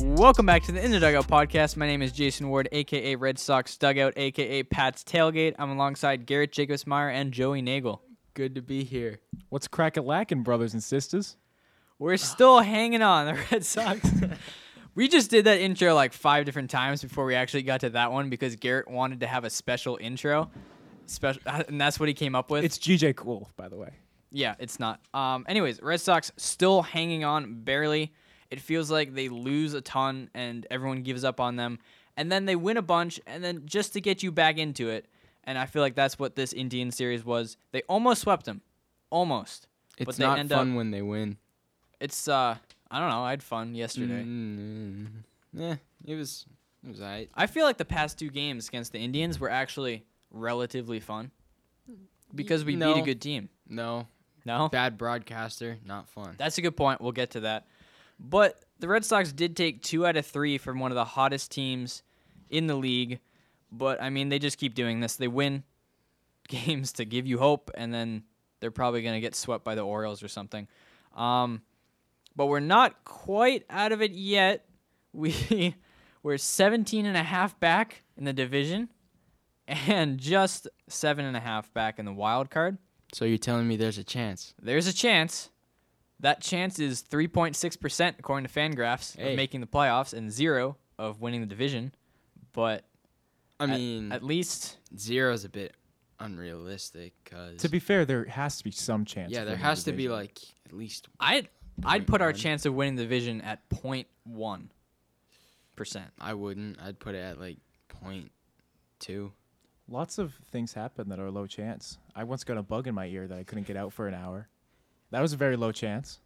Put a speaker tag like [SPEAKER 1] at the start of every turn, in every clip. [SPEAKER 1] Welcome back to the In the Dugout podcast. My name is Jason Ward, aka Red Sox Dugout, aka Pat's Tailgate. I'm alongside Garrett Jacobsmeyer and Joey Nagel. Good to be here.
[SPEAKER 2] What's crack a lacking, brothers and sisters?
[SPEAKER 1] We're still hanging on the Red Sox. we just did that intro like five different times before we actually got to that one because Garrett wanted to have a special intro, special, and that's what he came up with.
[SPEAKER 2] It's GJ Cool, by the way.
[SPEAKER 1] Yeah, it's not. Um, anyways, Red Sox still hanging on barely. It feels like they lose a ton and everyone gives up on them. And then they win a bunch and then just to get you back into it. And I feel like that's what this Indian series was. They almost swept them. Almost.
[SPEAKER 3] It's
[SPEAKER 1] they
[SPEAKER 3] not
[SPEAKER 1] end
[SPEAKER 3] fun
[SPEAKER 1] up-
[SPEAKER 3] when they win.
[SPEAKER 1] It's uh I don't know, I had fun yesterday.
[SPEAKER 3] Mm, yeah, it was it was alright.
[SPEAKER 1] I feel like the past two games against the Indians were actually relatively fun. Because we beat
[SPEAKER 3] no.
[SPEAKER 1] a good team.
[SPEAKER 3] No,
[SPEAKER 1] No?
[SPEAKER 3] bad broadcaster, not fun.
[SPEAKER 1] That's a good point. We'll get to that. But the Red Sox did take two out of three from one of the hottest teams in the league. But I mean, they just keep doing this. They win games to give you hope, and then they're probably going to get swept by the Orioles or something. Um, but we're not quite out of it yet. We we're 17 and a half back in the division, and just seven and a half back in the wild card
[SPEAKER 3] so you're telling me there's a chance?
[SPEAKER 1] there's a chance. That chance is 3.6% according to Fangraphs
[SPEAKER 3] Hey.
[SPEAKER 1] of making the playoffs and zero of winning the division. But
[SPEAKER 3] I
[SPEAKER 1] at-
[SPEAKER 3] mean,
[SPEAKER 1] at, least
[SPEAKER 3] zero's a bit unrealistic because
[SPEAKER 2] To be fair, there has to be some chance.
[SPEAKER 3] yeah,
[SPEAKER 2] of
[SPEAKER 3] there
[SPEAKER 2] winning
[SPEAKER 3] has
[SPEAKER 2] the
[SPEAKER 3] to be
[SPEAKER 2] division.
[SPEAKER 3] like at least
[SPEAKER 1] I'd I'd put our
[SPEAKER 3] 0.1.
[SPEAKER 1] chance of winning the division at 0.1%.
[SPEAKER 3] I wouldn't. I'd put it at like point two.
[SPEAKER 2] lots of things happen that are low chance. I once got a bug in my ear that I couldn't get out for an hour. That was a very low chance.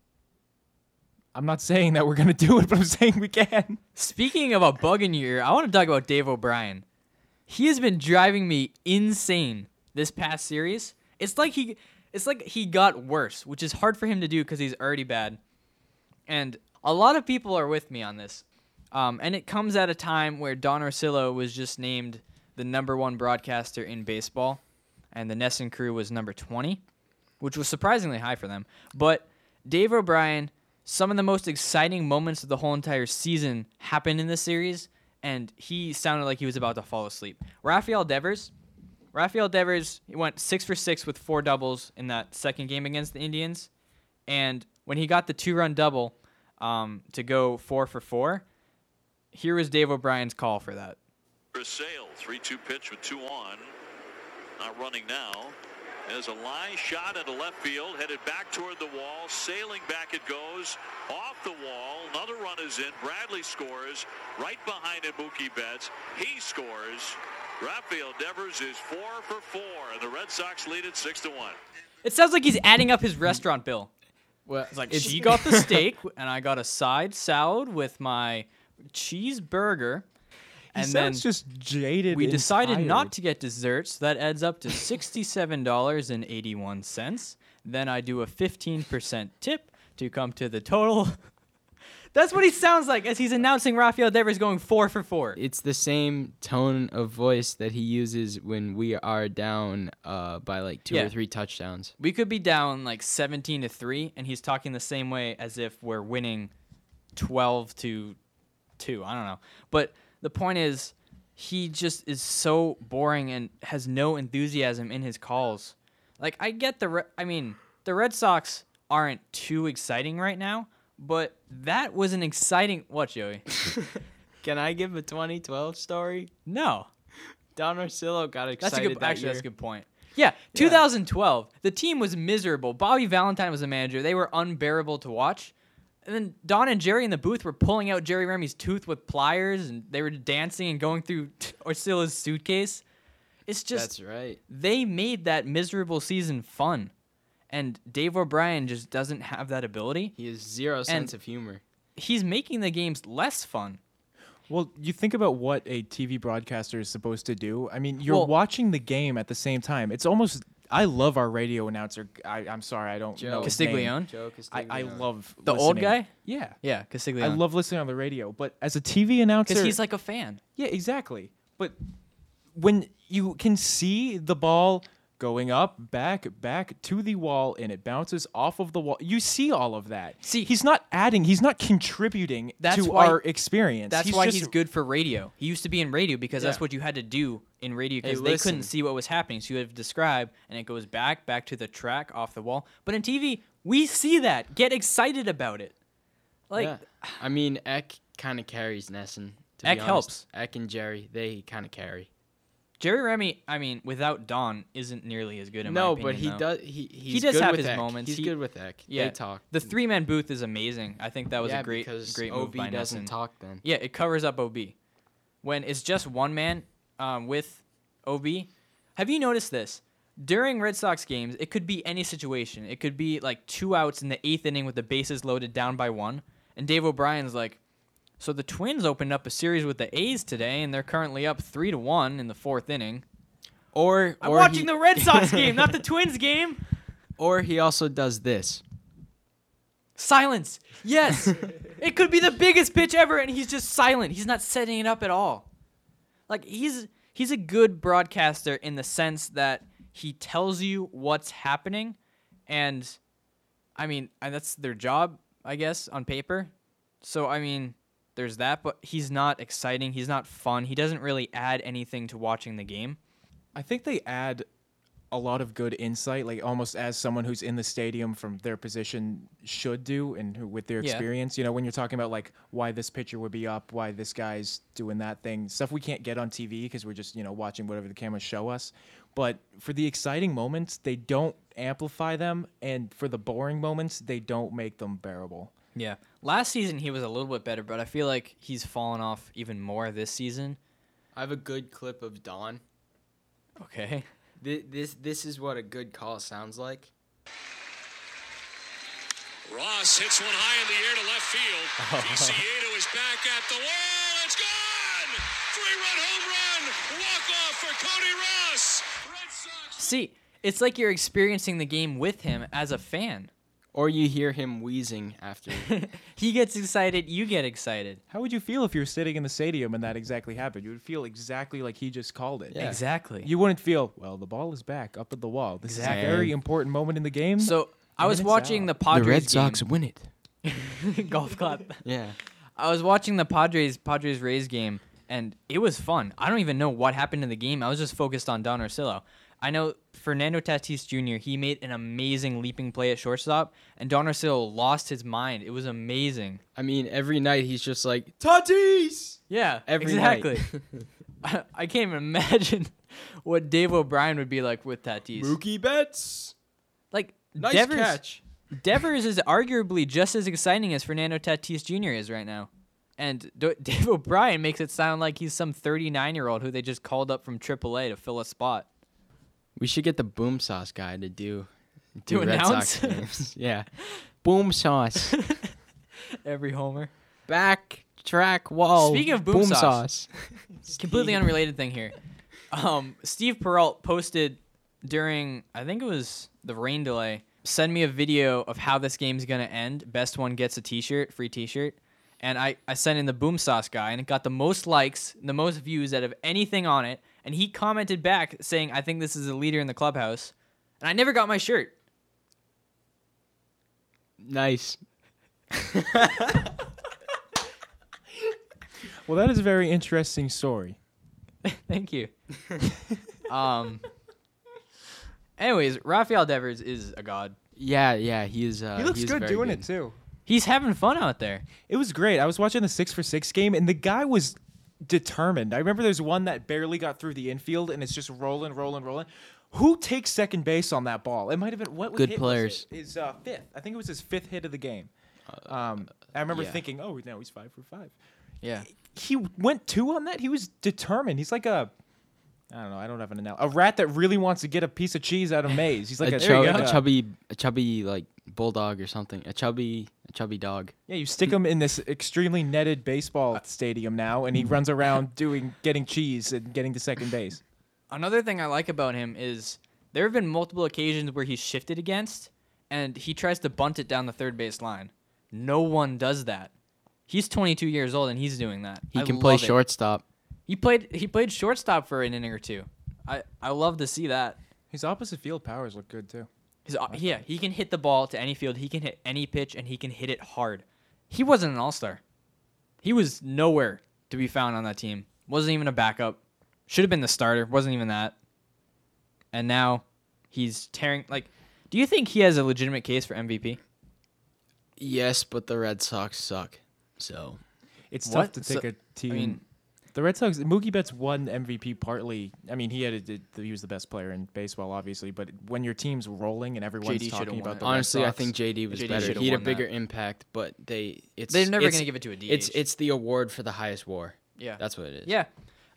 [SPEAKER 2] I'm not saying that we're gonna do it, but I'm saying we can.
[SPEAKER 1] Speaking of a bug in your ear, I want to talk about Dave O'Brien. He has been driving me insane this past series. It's like he it's like he got worse, which is hard for him to do cuz he's already bad. And a lot of people are with me on this. Um, and it comes at a time where Don Orsillo was just named the number one broadcaster in baseball, and the Nesson crew was number 20, which was surprisingly high for them. But Dave O'Brien, some of the most exciting moments of the whole entire season happened in this series, and he sounded like he was about to fall asleep. Rafael Devers, Rafael Devers he went six for six with four doubles in that second game against the Indians, and when he got the two-run double um, to go four for four, here was Dave O'Brien's call for that.
[SPEAKER 4] For Sale, 3 2 pitch with two on. Not running now. There's a line shot into left field, headed back toward the wall. Sailing back it goes. Off the wall. Another run is in. Bradley scores. Right behind him, Mookie Betts. He scores. Rafael Devers is four for four, and the Red Sox lead at six to one.
[SPEAKER 1] It sounds like he's adding up his restaurant bill.
[SPEAKER 3] Well,
[SPEAKER 1] It's like she got the steak, and I got a side salad with my cheeseburger.
[SPEAKER 2] He
[SPEAKER 1] and then
[SPEAKER 2] sounds just jaded.
[SPEAKER 1] we
[SPEAKER 2] and
[SPEAKER 1] decided not
[SPEAKER 2] tired.
[SPEAKER 1] to get dessert, so that adds up to sixty-seven dollars and eighty-one cents. Then I do a fifteen percent tip to come to the total. That's what he sounds like as he's announcing Rafael Devers going four for four.
[SPEAKER 3] it's the same tone of voice that he uses when we are down uh, by like two
[SPEAKER 1] Yeah.
[SPEAKER 3] or three touchdowns.
[SPEAKER 1] We could be down like 17 to 3 and he's talking the same way as if we're winning 12 to 2. I don't know. But the point is he just is so boring and has no enthusiasm in his calls. Like I get the Re- I mean, the Red Sox aren't too exciting right now, but that was an exciting what, Joey?
[SPEAKER 3] Can I give a 2012 story?
[SPEAKER 1] No.
[SPEAKER 3] Don Orsillo got excited.
[SPEAKER 1] That's a good.
[SPEAKER 3] that
[SPEAKER 1] Actually, that's
[SPEAKER 3] year.
[SPEAKER 1] a good point. Yeah, 2012. The team was miserable. Bobby Valentine was the manager. They were unbearable to watch. And then Don and Jerry in the booth were pulling out Jerry Remy's tooth with pliers, and they were dancing and going through Orsilla's suitcase. It's just
[SPEAKER 3] That's right.
[SPEAKER 1] they made that miserable season fun, and Dave O'Brien just doesn't have that ability.
[SPEAKER 3] He has zero sense of humor.
[SPEAKER 1] He's making the games less fun.
[SPEAKER 2] Well, you think about what a TV broadcaster is supposed to do. I mean, you're
[SPEAKER 1] Well-
[SPEAKER 2] watching the game at the same time. It's almost. I love our radio announcer. I, I'm sorry, I don't know.
[SPEAKER 3] Joe.
[SPEAKER 2] his name.
[SPEAKER 1] Castiglione?
[SPEAKER 3] Joe
[SPEAKER 2] I, I
[SPEAKER 3] Castiglione.
[SPEAKER 2] love
[SPEAKER 1] The old
[SPEAKER 2] listening.
[SPEAKER 1] guy?
[SPEAKER 2] Yeah.
[SPEAKER 1] Yeah,
[SPEAKER 2] I
[SPEAKER 1] Castiglione.
[SPEAKER 2] love listening on the radio, but as a TV announcer,
[SPEAKER 1] because he's like a fan.
[SPEAKER 2] yeah, exactly. But when you can see the ball going up, back, back to the wall, and it bounces off of the wall. You see all of that.
[SPEAKER 1] See-
[SPEAKER 2] he's not adding. He's not contributing
[SPEAKER 1] That's
[SPEAKER 2] to
[SPEAKER 1] why-
[SPEAKER 2] our experience.
[SPEAKER 1] That's why
[SPEAKER 2] just-
[SPEAKER 1] he's good for radio. He used to be in radio because that's
[SPEAKER 2] Yeah.
[SPEAKER 1] what you had to do in radio because they
[SPEAKER 3] listen.
[SPEAKER 1] couldn't see what was happening. So you have to describe, and it goes back, back to the track, off the wall. But in TV, we see that. Get excited about it. Like,
[SPEAKER 3] yeah. I mean, Eck kind of carries Nesson. to be
[SPEAKER 1] Eck
[SPEAKER 3] honest.
[SPEAKER 1] helps.
[SPEAKER 3] Eck and Jerry, they kind of carry.
[SPEAKER 1] Jerry Remy, I mean, without Don, isn't nearly as good in my
[SPEAKER 3] no,
[SPEAKER 1] opinion.
[SPEAKER 3] but he
[SPEAKER 1] though.
[SPEAKER 3] does. He he's
[SPEAKER 1] does
[SPEAKER 3] good
[SPEAKER 1] have
[SPEAKER 3] with
[SPEAKER 1] his
[SPEAKER 3] Eck.
[SPEAKER 1] moments.
[SPEAKER 3] He's
[SPEAKER 1] He-
[SPEAKER 3] good with Eck.
[SPEAKER 1] Yeah,
[SPEAKER 3] They talk.
[SPEAKER 1] The three man booth is amazing. I think that was
[SPEAKER 3] yeah,
[SPEAKER 1] a great,
[SPEAKER 3] because
[SPEAKER 1] great
[SPEAKER 3] OB
[SPEAKER 1] move by
[SPEAKER 3] doesn't
[SPEAKER 1] Nesson.
[SPEAKER 3] talk then.
[SPEAKER 1] Yeah, it covers up OB. When it's just one man um, with OB, have you noticed this? During Red Sox games, it could be any situation. It could be like two outs in the eighth inning with the bases loaded down by one. And Dave O'Brien's like, So the Twins opened up a series with the A's today, and they're currently up three to one in the fourth inning.
[SPEAKER 3] Or,
[SPEAKER 1] I'm
[SPEAKER 3] or
[SPEAKER 1] watching
[SPEAKER 3] he,
[SPEAKER 1] the Red Sox game, not the Twins game.
[SPEAKER 3] Or he also does this.
[SPEAKER 1] Silence. Yes. it could be the biggest pitch ever and he's just silent. He's not setting it up at all. Like he's he's a good broadcaster in the sense that he tells you what's happening and I mean, I- that's their job, I guess, on paper. So I mean, there's that, but he's not exciting, he's not fun. He doesn't really add anything to watching the game.
[SPEAKER 2] I think they add a lot of good insight, like almost as someone who's in the stadium from their position should do, and who, with their
[SPEAKER 1] Yeah.
[SPEAKER 2] experience. You know, when you're talking about like why this pitcher would be up, why this guy's doing that thing, stuff we can't get on TV because we're just you know watching whatever the cameras show us. But for the exciting moments, they don't amplify them, and for the boring moments, they don't make them bearable.
[SPEAKER 1] Yeah. Last season he was a little bit better, but I feel like he's fallen off even more this season.
[SPEAKER 3] I have a good clip of Don.
[SPEAKER 1] Okay.
[SPEAKER 3] This this, this is what a good call sounds like.
[SPEAKER 4] Ross hits one high in the air to left field. Viciedo is back at the wall. It's gone! Three-run home run. Walk-off for Cody Ross. Red Sox.
[SPEAKER 1] See, it's like you're experiencing the game with him as a fan.
[SPEAKER 3] Or you hear him wheezing after.
[SPEAKER 1] he gets excited, you get excited.
[SPEAKER 2] How would you feel if you were sitting in the stadium and that exactly happened? You would feel exactly like he just called it.
[SPEAKER 3] Yeah.
[SPEAKER 1] Exactly.
[SPEAKER 2] You wouldn't feel, well, the ball is back up at the wall. This
[SPEAKER 1] Exactly.
[SPEAKER 2] is a very important moment in the game.
[SPEAKER 1] so I was
[SPEAKER 2] Minutes
[SPEAKER 1] watching
[SPEAKER 2] out.
[SPEAKER 1] the Padres
[SPEAKER 3] win it.
[SPEAKER 1] game. golf clap.
[SPEAKER 3] Yeah.
[SPEAKER 1] I was watching the Padres Padres Rays game and it was fun. I don't even know what happened in the game. I was just focused on Don Orsillo. I know Fernando Tatis Jr. He made an amazing leaping play at shortstop, and Don Orsillo lost his mind. It was amazing.
[SPEAKER 3] I mean, every night he's just like Tatis.
[SPEAKER 1] Yeah,
[SPEAKER 3] Every night.
[SPEAKER 1] exactly. I, I can't even imagine what Dave O'Brien would be like with Tatis.
[SPEAKER 3] Mookie Betts.
[SPEAKER 1] Like
[SPEAKER 3] Nice
[SPEAKER 1] Devers,
[SPEAKER 3] catch.
[SPEAKER 1] Devers is arguably just as exciting as Fernando Tatis Jr. is right now, and D- Dave O'Brien makes it sound like he's some 39-year-old who they just called up from AAA to fill a spot.
[SPEAKER 3] We should get the Boom Sauce guy to do do
[SPEAKER 1] To
[SPEAKER 3] Red
[SPEAKER 1] announce?
[SPEAKER 3] Sox games. yeah. Boom Sauce.
[SPEAKER 1] Every homer.
[SPEAKER 3] Back track wall.
[SPEAKER 1] Speaking of Boom
[SPEAKER 3] boom
[SPEAKER 1] Sauce.
[SPEAKER 3] sauce.
[SPEAKER 1] Completely unrelated thing here. Um, Steve Peralt posted during I think it was the rain delay. Send me a video of how this game's gonna end. Best one gets a T-shirt, free T-shirt. And I I sent in the boom sauce guy, and it got the most likes, the most views out of anything on it. And he commented back saying, "I think this is a leader in the clubhouse." And I never got my shirt.
[SPEAKER 3] nice.
[SPEAKER 2] well, that is a very interesting story.
[SPEAKER 1] Thank you. um. Anyways, Rafael Devers is a god.
[SPEAKER 3] Yeah, yeah, he is. Uh,
[SPEAKER 2] He looks
[SPEAKER 3] he's
[SPEAKER 2] good
[SPEAKER 3] very
[SPEAKER 2] doing
[SPEAKER 3] good.
[SPEAKER 2] it too.
[SPEAKER 1] He's having fun out there.
[SPEAKER 2] It was great. I was watching the six for six game, and the guy was determined. I remember there's one that barely got through the infield, and it's just rolling, rolling, rolling. Who takes second base on that ball? It might have been what
[SPEAKER 3] Good
[SPEAKER 2] hit was
[SPEAKER 3] players. Uh,
[SPEAKER 2] it? His uh, fifth. I think it was his fifth hit of the game. Um, I remember
[SPEAKER 3] yeah.
[SPEAKER 2] thinking, oh, now he's five for five.
[SPEAKER 1] Yeah.
[SPEAKER 2] he went two on that. He was determined. He's like a, I don't know. I don't have an analogy. A rat that really wants to get a piece of cheese out of maize. He's like
[SPEAKER 3] a,
[SPEAKER 2] a,
[SPEAKER 3] chub-
[SPEAKER 2] like
[SPEAKER 3] a
[SPEAKER 2] a-
[SPEAKER 3] chubby, a chubby like bulldog or something. A chubby, a chubby dog.
[SPEAKER 2] Yeah, you stick him in this extremely netted baseball stadium now, and he runs around doing getting cheese and getting to second base.
[SPEAKER 1] another thing I like about him is there have been multiple occasions where he's shifted against and he tries to bunt it down the third base line. No one does that. He's 22 years old and he's doing that.
[SPEAKER 3] He
[SPEAKER 1] I
[SPEAKER 3] can play
[SPEAKER 1] love it.
[SPEAKER 3] shortstop.
[SPEAKER 1] He played he played shortstop for an inning or two. I I love to see that.
[SPEAKER 2] His opposite field powers look good too.
[SPEAKER 1] His, yeah, he can hit the ball to any field. He can hit any pitch, and he can hit it hard. He wasn't an all star. He was nowhere to be found on that team. Wasn't even a backup. Should have been the starter. Wasn't even that. And now he's tearing. Like, do you think he has a legitimate case for MVP?
[SPEAKER 3] Yes, but the Red Sox suck. So
[SPEAKER 2] It's
[SPEAKER 1] What?
[SPEAKER 2] tough to
[SPEAKER 1] So-
[SPEAKER 2] take a team.
[SPEAKER 1] mean-
[SPEAKER 2] the Red Sox. Mookie Betts won MVP partly. I mean, he had a, he was the best player in baseball, obviously. But when your team's rolling and everyone's
[SPEAKER 1] JD should've
[SPEAKER 2] talking
[SPEAKER 1] won it.
[SPEAKER 2] about the Red
[SPEAKER 3] honestly, I
[SPEAKER 2] Sox-
[SPEAKER 3] think JD was
[SPEAKER 1] JD
[SPEAKER 3] better.
[SPEAKER 1] should've
[SPEAKER 3] He had a
[SPEAKER 1] won that.
[SPEAKER 3] bigger impact, but they it's
[SPEAKER 1] They're never
[SPEAKER 3] it's-
[SPEAKER 1] gonna give it to a
[SPEAKER 3] It's
[SPEAKER 1] DH.
[SPEAKER 3] it's the award for the highest WAR.
[SPEAKER 1] Yeah.
[SPEAKER 3] that's what it is.
[SPEAKER 1] Yeah.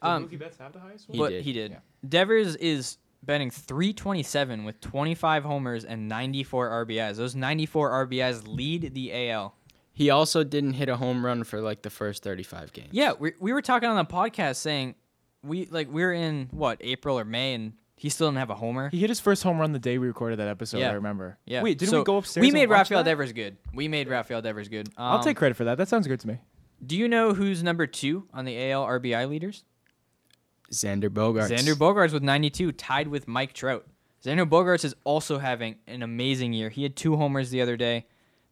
[SPEAKER 1] Um,
[SPEAKER 2] Mookie Betts have the highest
[SPEAKER 3] He
[SPEAKER 1] but
[SPEAKER 3] did.
[SPEAKER 1] he did.
[SPEAKER 2] Yeah.
[SPEAKER 1] Devers is batting 327 with 25 homers and 94 RBIs. Those 94 RBIs lead the AL.
[SPEAKER 3] He also didn't hit a home run for like the first 35 games.
[SPEAKER 1] Yeah, we, we were talking on the podcast saying we like we were in what April or May, and he still didn't have a homer.
[SPEAKER 2] He hit his first home run the day we recorded that episode.
[SPEAKER 1] Yeah.
[SPEAKER 2] I remember.
[SPEAKER 1] Yeah.
[SPEAKER 2] Wait, didn't
[SPEAKER 1] So
[SPEAKER 2] we go upstairs?
[SPEAKER 1] We
[SPEAKER 2] and
[SPEAKER 1] made
[SPEAKER 2] watch
[SPEAKER 1] Rafael
[SPEAKER 2] that?
[SPEAKER 1] Devers good. We made Rafael Devers good.
[SPEAKER 2] I'll
[SPEAKER 1] Um,
[SPEAKER 2] take credit for that. That sounds good to me.
[SPEAKER 1] Do you know who's number two on the AL RBI leaders?
[SPEAKER 3] Xander Bogarts.
[SPEAKER 1] Xander Bogarts with 92, tied with Mike Trout. Xander Bogarts is also having an amazing year. He had two homers the other day,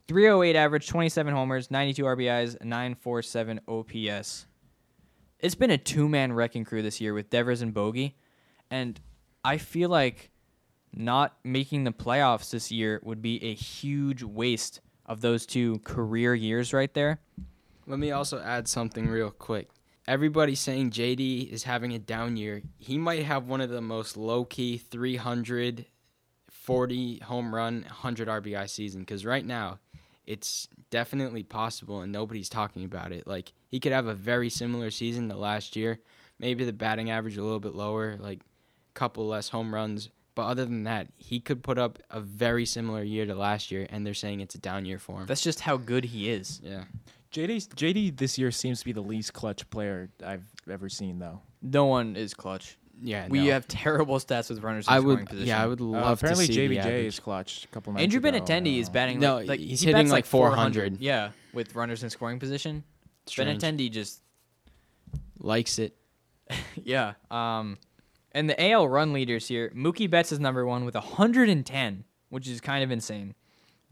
[SPEAKER 1] 308 average, 27 homers, 92 RBIs, 947 OPS. It's been a two man wrecking crew this year with Devers and Bogey, and I feel like not making the playoffs this year would be a huge waste of those two career years right there.
[SPEAKER 3] Let me also add something real quick. Everybody's saying JD is having a down year. He might have one of the most low key 340 home run, 100 RBI season because right now it's definitely possible and nobody's talking about it. Like he could have a very similar season to last year, maybe the batting average a little bit lower, like a couple less home runs. But other than that, he could put up a very similar year to last year, and they're saying it's a down year for him.
[SPEAKER 1] That's just how good he is.
[SPEAKER 3] yeah.
[SPEAKER 2] JD JD this year seems to be the least clutch player I've ever seen though.
[SPEAKER 1] No one is clutch.
[SPEAKER 3] Yeah.
[SPEAKER 1] We
[SPEAKER 3] no.
[SPEAKER 1] have terrible stats with runners in
[SPEAKER 3] I
[SPEAKER 1] scoring
[SPEAKER 3] would,
[SPEAKER 1] position.
[SPEAKER 3] yeah, I would
[SPEAKER 2] Uh,
[SPEAKER 3] love
[SPEAKER 2] apparently
[SPEAKER 3] to see the
[SPEAKER 2] JBJ
[SPEAKER 3] average.
[SPEAKER 2] is clutch. A couple nights
[SPEAKER 1] Andrew
[SPEAKER 2] ago, Uh, I
[SPEAKER 1] Benintendi is
[SPEAKER 2] don't know.
[SPEAKER 1] batting.
[SPEAKER 3] No,
[SPEAKER 1] like, like
[SPEAKER 3] he's
[SPEAKER 1] he
[SPEAKER 3] hitting
[SPEAKER 1] bats
[SPEAKER 3] like 400.
[SPEAKER 1] Yeah, with runners in scoring position.
[SPEAKER 3] Strange.
[SPEAKER 1] Benintendi just
[SPEAKER 3] Likes it.
[SPEAKER 1] yeah. Um, and the AL run leaders here, Mookie Betts is number one with 110, which is kind of insane.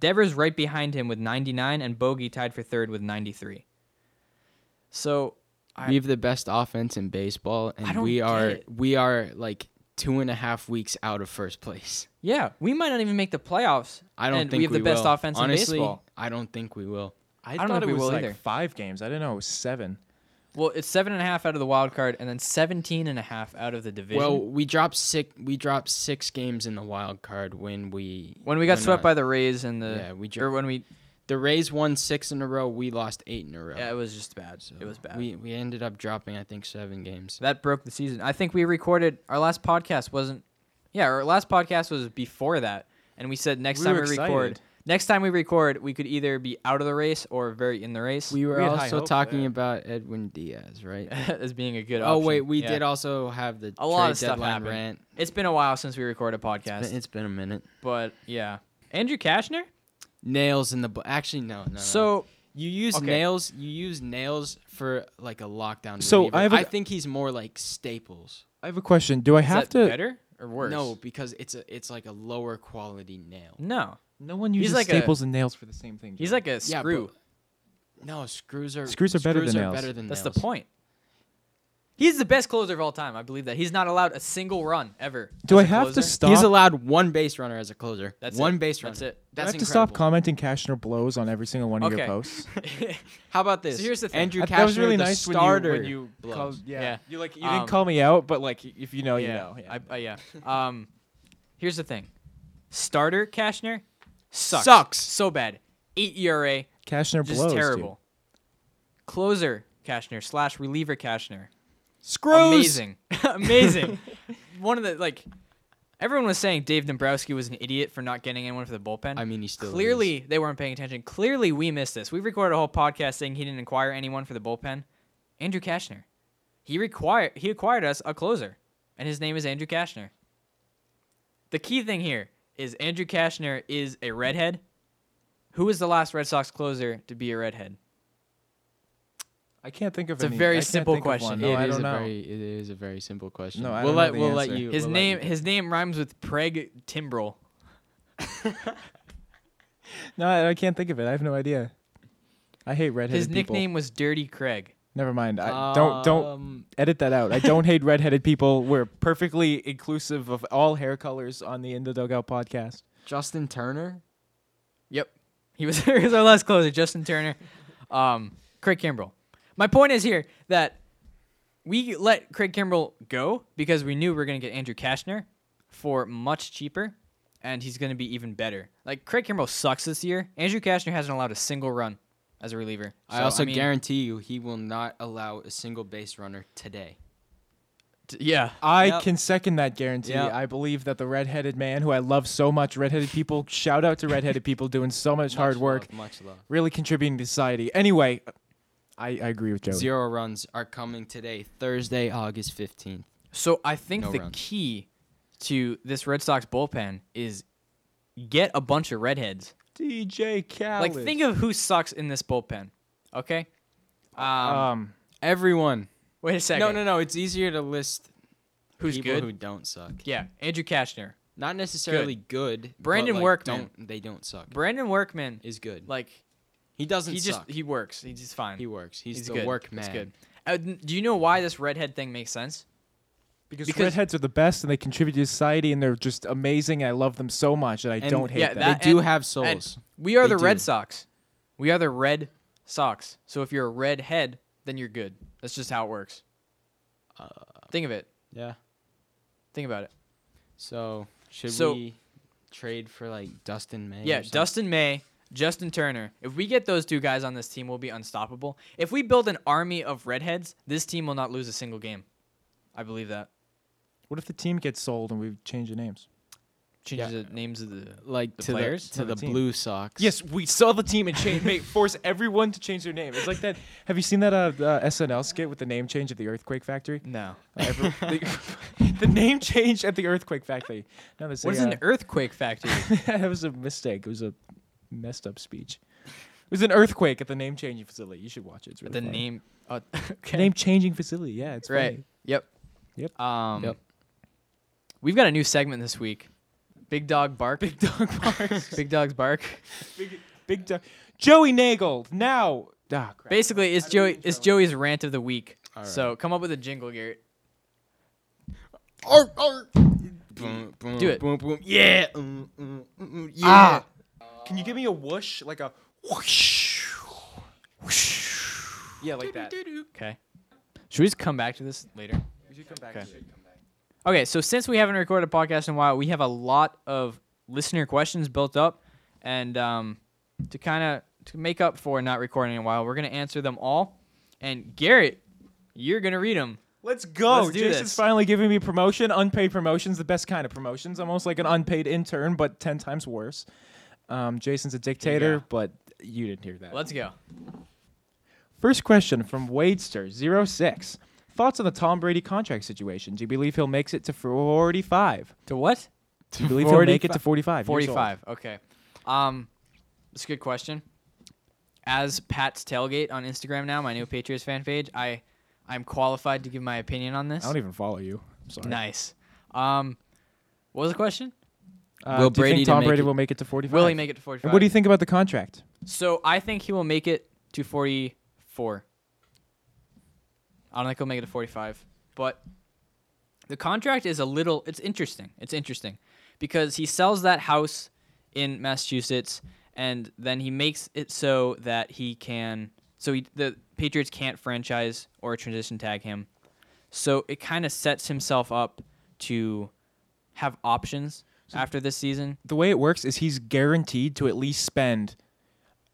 [SPEAKER 1] Devers right behind him with 99, and Bogey tied for third with 93. So I-
[SPEAKER 3] we have the best offense in baseball, and
[SPEAKER 1] don't
[SPEAKER 3] we
[SPEAKER 1] get
[SPEAKER 3] are
[SPEAKER 1] it.
[SPEAKER 3] we are like two and a half weeks out of first place.
[SPEAKER 1] yeah, we might not even make the playoffs.
[SPEAKER 3] I don't
[SPEAKER 1] and
[SPEAKER 3] think
[SPEAKER 1] we have the best
[SPEAKER 3] will.
[SPEAKER 1] offense
[SPEAKER 3] Honestly,
[SPEAKER 1] in baseball.
[SPEAKER 3] I don't think we will.
[SPEAKER 2] I,
[SPEAKER 1] don't know
[SPEAKER 2] thought
[SPEAKER 1] if we
[SPEAKER 2] it was
[SPEAKER 1] will
[SPEAKER 2] like
[SPEAKER 1] either.
[SPEAKER 2] five games. I didn't know it was seven.
[SPEAKER 1] Well, it's seven and a half out of the wild card, and then 17 and a half out of the division.
[SPEAKER 3] Well, we dropped six. We dropped six games in the wild card when we
[SPEAKER 1] when we got
[SPEAKER 3] when,
[SPEAKER 1] swept
[SPEAKER 3] uh,
[SPEAKER 1] by the Rays and the
[SPEAKER 3] Yeah, we ju-
[SPEAKER 1] or when we
[SPEAKER 3] the Rays won six in a row. We lost eight in a row.
[SPEAKER 1] Yeah, it was just bad. it was bad.
[SPEAKER 3] Oh. We we ended up dropping I think seven games.
[SPEAKER 1] that broke the season. I think we recorded our last podcast wasn't Yeah, our last podcast was before that and we said next
[SPEAKER 2] We
[SPEAKER 1] time we
[SPEAKER 2] were
[SPEAKER 1] record
[SPEAKER 2] excited.
[SPEAKER 1] next time we record we could either be out of the race or very in the race
[SPEAKER 3] we were
[SPEAKER 2] we had high
[SPEAKER 3] also
[SPEAKER 2] hopes
[SPEAKER 3] talking
[SPEAKER 2] there.
[SPEAKER 3] about Edwin Diaz, right?
[SPEAKER 1] as being a good
[SPEAKER 3] oh
[SPEAKER 1] option.
[SPEAKER 3] wait, we
[SPEAKER 1] Yeah.
[SPEAKER 3] did also have the
[SPEAKER 1] a lot
[SPEAKER 3] trade
[SPEAKER 1] of stuff
[SPEAKER 3] deadline
[SPEAKER 1] happened.
[SPEAKER 3] rant.
[SPEAKER 1] It's been a while since we recorded a podcast,
[SPEAKER 3] It's been a minute.
[SPEAKER 1] but yeah. Andrew Kashner?
[SPEAKER 3] Nails in the bu- actually no no. no.
[SPEAKER 1] So
[SPEAKER 3] you use
[SPEAKER 1] okay.
[SPEAKER 3] nails you use nails for like a lockdown.
[SPEAKER 2] So,
[SPEAKER 3] reliever.
[SPEAKER 2] I
[SPEAKER 3] I
[SPEAKER 2] have a-
[SPEAKER 3] think he's more like Staples.
[SPEAKER 2] I have a question. Do I
[SPEAKER 1] is
[SPEAKER 2] have
[SPEAKER 1] that
[SPEAKER 2] to?
[SPEAKER 1] better or worse?
[SPEAKER 3] No, because it's a it's like a lower quality nail.
[SPEAKER 1] No.
[SPEAKER 2] No one
[SPEAKER 1] He's
[SPEAKER 2] uses
[SPEAKER 1] like a-
[SPEAKER 2] staples and nails for the same thing.
[SPEAKER 1] He's
[SPEAKER 2] Joe.
[SPEAKER 1] like a
[SPEAKER 3] Yeah,
[SPEAKER 1] screw.
[SPEAKER 3] but- no, screws are
[SPEAKER 2] Screws are better than
[SPEAKER 3] are
[SPEAKER 2] nails.
[SPEAKER 3] Better than
[SPEAKER 1] That's
[SPEAKER 3] nails.
[SPEAKER 1] the point. He's the best closer of all time. I believe that. He's not allowed a single run ever.
[SPEAKER 2] Do
[SPEAKER 1] as
[SPEAKER 2] I
[SPEAKER 1] a
[SPEAKER 2] have
[SPEAKER 1] closer.
[SPEAKER 2] to stop?
[SPEAKER 3] He's
[SPEAKER 2] do
[SPEAKER 3] allowed one base runner as a closer.
[SPEAKER 1] That's
[SPEAKER 3] one
[SPEAKER 1] it.
[SPEAKER 3] base runner.
[SPEAKER 1] That's it.
[SPEAKER 3] That's
[SPEAKER 2] I have to
[SPEAKER 3] incredible.
[SPEAKER 2] stop commenting Kashner blows on every single one of
[SPEAKER 1] Okay.
[SPEAKER 2] your posts.
[SPEAKER 3] How about this?
[SPEAKER 1] So here's the thing.
[SPEAKER 3] Andrew
[SPEAKER 2] I-
[SPEAKER 3] Cashner,
[SPEAKER 2] that was really
[SPEAKER 3] the
[SPEAKER 2] nice when you-
[SPEAKER 3] starter.
[SPEAKER 2] when you
[SPEAKER 3] blows.
[SPEAKER 2] called-
[SPEAKER 1] Yeah.
[SPEAKER 2] You like you
[SPEAKER 1] Um,
[SPEAKER 2] didn't call me out, but like y- if you know, you know. Yeah.
[SPEAKER 1] I, uh, yeah. Um, here's the thing. Starter Kashner sucks.
[SPEAKER 3] Sucks.
[SPEAKER 1] so bad. Eight E ERA,
[SPEAKER 2] Kashner
[SPEAKER 1] just
[SPEAKER 2] blows. dude.
[SPEAKER 1] terrible. Closer Kashner slash reliever Kashner,
[SPEAKER 3] Screws.
[SPEAKER 1] amazing, amazing. One of the like, everyone was saying Dave Dombrowski was an idiot for not getting anyone for the bullpen.
[SPEAKER 3] I mean, he still
[SPEAKER 1] clearly they weren't paying attention. Clearly we missed this. We recorded a whole podcast saying he didn't acquire anyone for the bullpen. Andrew Kashner, he required he acquired us a closer, and his name is Andrew Kashner. The key thing here is Andrew Kashner is a redhead. Who was the last Red Sox closer to be a redhead?
[SPEAKER 2] I can't think of
[SPEAKER 1] It's a
[SPEAKER 2] any-
[SPEAKER 1] very
[SPEAKER 2] I can't
[SPEAKER 1] simple
[SPEAKER 2] think of
[SPEAKER 1] question.
[SPEAKER 2] one.
[SPEAKER 3] It
[SPEAKER 2] No,
[SPEAKER 3] is
[SPEAKER 2] I don't
[SPEAKER 3] a
[SPEAKER 2] know.
[SPEAKER 3] very it is a very simple question.
[SPEAKER 2] No, I don't
[SPEAKER 3] we'll
[SPEAKER 2] know
[SPEAKER 3] let
[SPEAKER 2] the
[SPEAKER 3] we'll let
[SPEAKER 2] answer.
[SPEAKER 3] you.
[SPEAKER 1] His
[SPEAKER 3] we'll let
[SPEAKER 1] name
[SPEAKER 3] you-
[SPEAKER 1] his name rhymes with Preg Timbrel.
[SPEAKER 2] No, I, I can't think of it. I have no idea. I hate redheaded
[SPEAKER 1] His
[SPEAKER 2] people.
[SPEAKER 1] nickname was Dirty Craig.
[SPEAKER 2] Never mind. I, don't don't
[SPEAKER 3] Um,
[SPEAKER 2] edit that out. I don't hate redheaded people. We're perfectly inclusive of all hair colors on the In the Dugout podcast.
[SPEAKER 3] Justin Turner.
[SPEAKER 1] Yep. He was, he was our last closer, Justin Turner, um, Craig Kimbrell. My point is here that we let Craig Kimbrell go because we knew we were going to get Andrew Kashner for much cheaper, and he's going to be even better. Like, Craig Kimbrell sucks this year. Andrew Kashner hasn't allowed a single run as a reliever.
[SPEAKER 3] I
[SPEAKER 1] So,
[SPEAKER 3] also
[SPEAKER 1] mean,
[SPEAKER 3] guarantee you he will not allow a single base runner today.
[SPEAKER 1] t- yeah.
[SPEAKER 2] I
[SPEAKER 3] Yep.
[SPEAKER 2] can second that guarantee.
[SPEAKER 3] Yep.
[SPEAKER 2] I believe that the redheaded man, who I love so much, redheaded people, shout out to redheaded people doing so much, hard
[SPEAKER 3] Much
[SPEAKER 2] work,
[SPEAKER 3] love, much love.
[SPEAKER 2] really contributing to society. Anyway, I, I agree with Joe.
[SPEAKER 3] Zero runs are coming today, Thursday, August fifteenth.
[SPEAKER 1] So I think
[SPEAKER 3] No
[SPEAKER 1] the
[SPEAKER 3] runs.
[SPEAKER 1] key to this Red Sox bullpen is get a bunch of redheads.
[SPEAKER 2] DJ Khaled.
[SPEAKER 1] Like, think of who sucks in this bullpen, okay?
[SPEAKER 2] um,
[SPEAKER 3] Everyone.
[SPEAKER 1] Wait a second.
[SPEAKER 3] No, no, no. It's easier to list
[SPEAKER 1] Who's
[SPEAKER 3] people
[SPEAKER 1] good?
[SPEAKER 3] who don't suck.
[SPEAKER 1] Yeah, Andrew Kashner.
[SPEAKER 3] Not necessarily good. but,
[SPEAKER 1] Brandon
[SPEAKER 3] like,
[SPEAKER 1] Workman.
[SPEAKER 3] Don't, they don't suck.
[SPEAKER 1] Brandon Workman
[SPEAKER 3] is good.
[SPEAKER 1] like
[SPEAKER 3] he doesn't
[SPEAKER 1] he just
[SPEAKER 3] suck.
[SPEAKER 1] he works. He's just fine.
[SPEAKER 3] He works. He's,
[SPEAKER 1] He's
[SPEAKER 3] the
[SPEAKER 1] good.
[SPEAKER 3] workman.
[SPEAKER 1] He's good. Uh, n- do you know why this redhead thing makes sense?
[SPEAKER 2] because,
[SPEAKER 1] because-
[SPEAKER 2] redheads are the best and they contribute to society and they're just amazing. And I love them so much and I
[SPEAKER 3] And-
[SPEAKER 2] don't hate
[SPEAKER 1] yeah,
[SPEAKER 2] them.
[SPEAKER 1] that-
[SPEAKER 3] They do
[SPEAKER 1] and-
[SPEAKER 3] have
[SPEAKER 1] And
[SPEAKER 3] souls.
[SPEAKER 1] we are
[SPEAKER 3] They
[SPEAKER 1] the
[SPEAKER 3] do.
[SPEAKER 1] Red Sox. We are the Red Sox. So if you're a redhead, then you're good. That's just how it works.
[SPEAKER 3] Uh,
[SPEAKER 1] Think of it.
[SPEAKER 3] Yeah.
[SPEAKER 1] Think about it.
[SPEAKER 3] So should
[SPEAKER 1] So-
[SPEAKER 3] we trade for like Dustin May? or
[SPEAKER 1] Yeah,
[SPEAKER 3] something?
[SPEAKER 1] Dustin May, Justin Turner. If we get those two guys on this team, we'll be unstoppable. If we build an army of redheads, this team will not lose a single game. I believe that.
[SPEAKER 2] what if the team gets sold and we change the names?
[SPEAKER 1] Changes the names of the
[SPEAKER 3] Like
[SPEAKER 1] The
[SPEAKER 3] to
[SPEAKER 1] players?
[SPEAKER 3] the, to
[SPEAKER 2] No, the
[SPEAKER 3] the,
[SPEAKER 2] team.
[SPEAKER 3] Blue Sox.
[SPEAKER 2] Yes, we saw the team and change, make, force everyone to change their name. It's like that. Have you seen that uh, uh, SNL skit with the name change at the Earthquake Factory? Uh,
[SPEAKER 1] No.
[SPEAKER 2] Every- the, the name change at the earthquake factory. No, that's
[SPEAKER 1] What is
[SPEAKER 2] a,
[SPEAKER 1] an earthquake factory?
[SPEAKER 2] uh, that was a mistake. It was a messed up speech. It was an earthquake at the name changing facility. You should watch it. It's really
[SPEAKER 1] the
[SPEAKER 2] funny.
[SPEAKER 1] name. Oh, okay.
[SPEAKER 2] The name changing facility. Yeah, it's
[SPEAKER 1] Right.
[SPEAKER 2] funny.
[SPEAKER 1] Yep.
[SPEAKER 2] Yep.
[SPEAKER 1] Um,
[SPEAKER 3] Yep.
[SPEAKER 1] We've got a new segment this week. Big dog bark. Big,
[SPEAKER 2] Dog barks.
[SPEAKER 1] dogs bark.
[SPEAKER 2] big, big dog. Joey Nagel. Now. Ah, crap.
[SPEAKER 1] Basically, it's Joey. It's Joey's rant of the week.
[SPEAKER 3] All right.
[SPEAKER 1] So come up with a jingle, Garrett.
[SPEAKER 3] Arr, arr. Boom, boom,
[SPEAKER 1] Do it.
[SPEAKER 3] Boom, boom. Yeah. Mm, mm, mm, mm, yeah.
[SPEAKER 2] Ah. Can you give me a whoosh, like a whoosh? whoosh. Yeah, like that.
[SPEAKER 1] Okay. Should we just come back to this later?
[SPEAKER 2] We should come back.
[SPEAKER 1] Okay.
[SPEAKER 2] to it.
[SPEAKER 1] Okay. So since we haven't recorded a podcast in a while, we have a lot of listener questions built up, and um, to kind of to make up for not recording in a while, we're gonna answer them all. And Garrett, you're gonna read them.
[SPEAKER 2] Let's go.
[SPEAKER 1] Let's do
[SPEAKER 2] Jason's
[SPEAKER 1] this.
[SPEAKER 2] finally giving me promotion. Unpaid promotions, the best kind of promotions. Almost like an unpaid intern, but 10 times worse. Um, Jason's a dictator,
[SPEAKER 1] go.
[SPEAKER 2] but you didn't hear that.
[SPEAKER 1] Let's go.
[SPEAKER 2] First question from Wadester06. Thoughts on the Tom Brady contract situation? Do you believe he'll makes it to 45?
[SPEAKER 1] To what?
[SPEAKER 2] Do you believe he'll make it to 45? years old?
[SPEAKER 1] 45. Okay. Um, it's a good question. As Pat's tailgate on Instagram now, my new Patriots fan page, I, I'm qualified to give my opinion on this.
[SPEAKER 2] I don't even follow you. I'm sorry.
[SPEAKER 1] Nice. Um, what was the question?
[SPEAKER 2] Uh,
[SPEAKER 3] Will
[SPEAKER 2] do you
[SPEAKER 3] Brady
[SPEAKER 2] think
[SPEAKER 3] to
[SPEAKER 2] Tom
[SPEAKER 3] make
[SPEAKER 2] Brady
[SPEAKER 3] it-
[SPEAKER 2] will make it to 45?
[SPEAKER 1] Will he make it to 45?
[SPEAKER 2] And what do you think about the contract?
[SPEAKER 1] So I think he will make it to 44. I don't think he'll make it to 45, but the contract is a little. It's interesting. It's interesting because he sells that house in Massachusetts, and then he makes it so that he can. So he, the Patriots can't franchise or transition tag him. So it kind of sets himself up to have options after this season.
[SPEAKER 2] the way it works is he's guaranteed to at least spend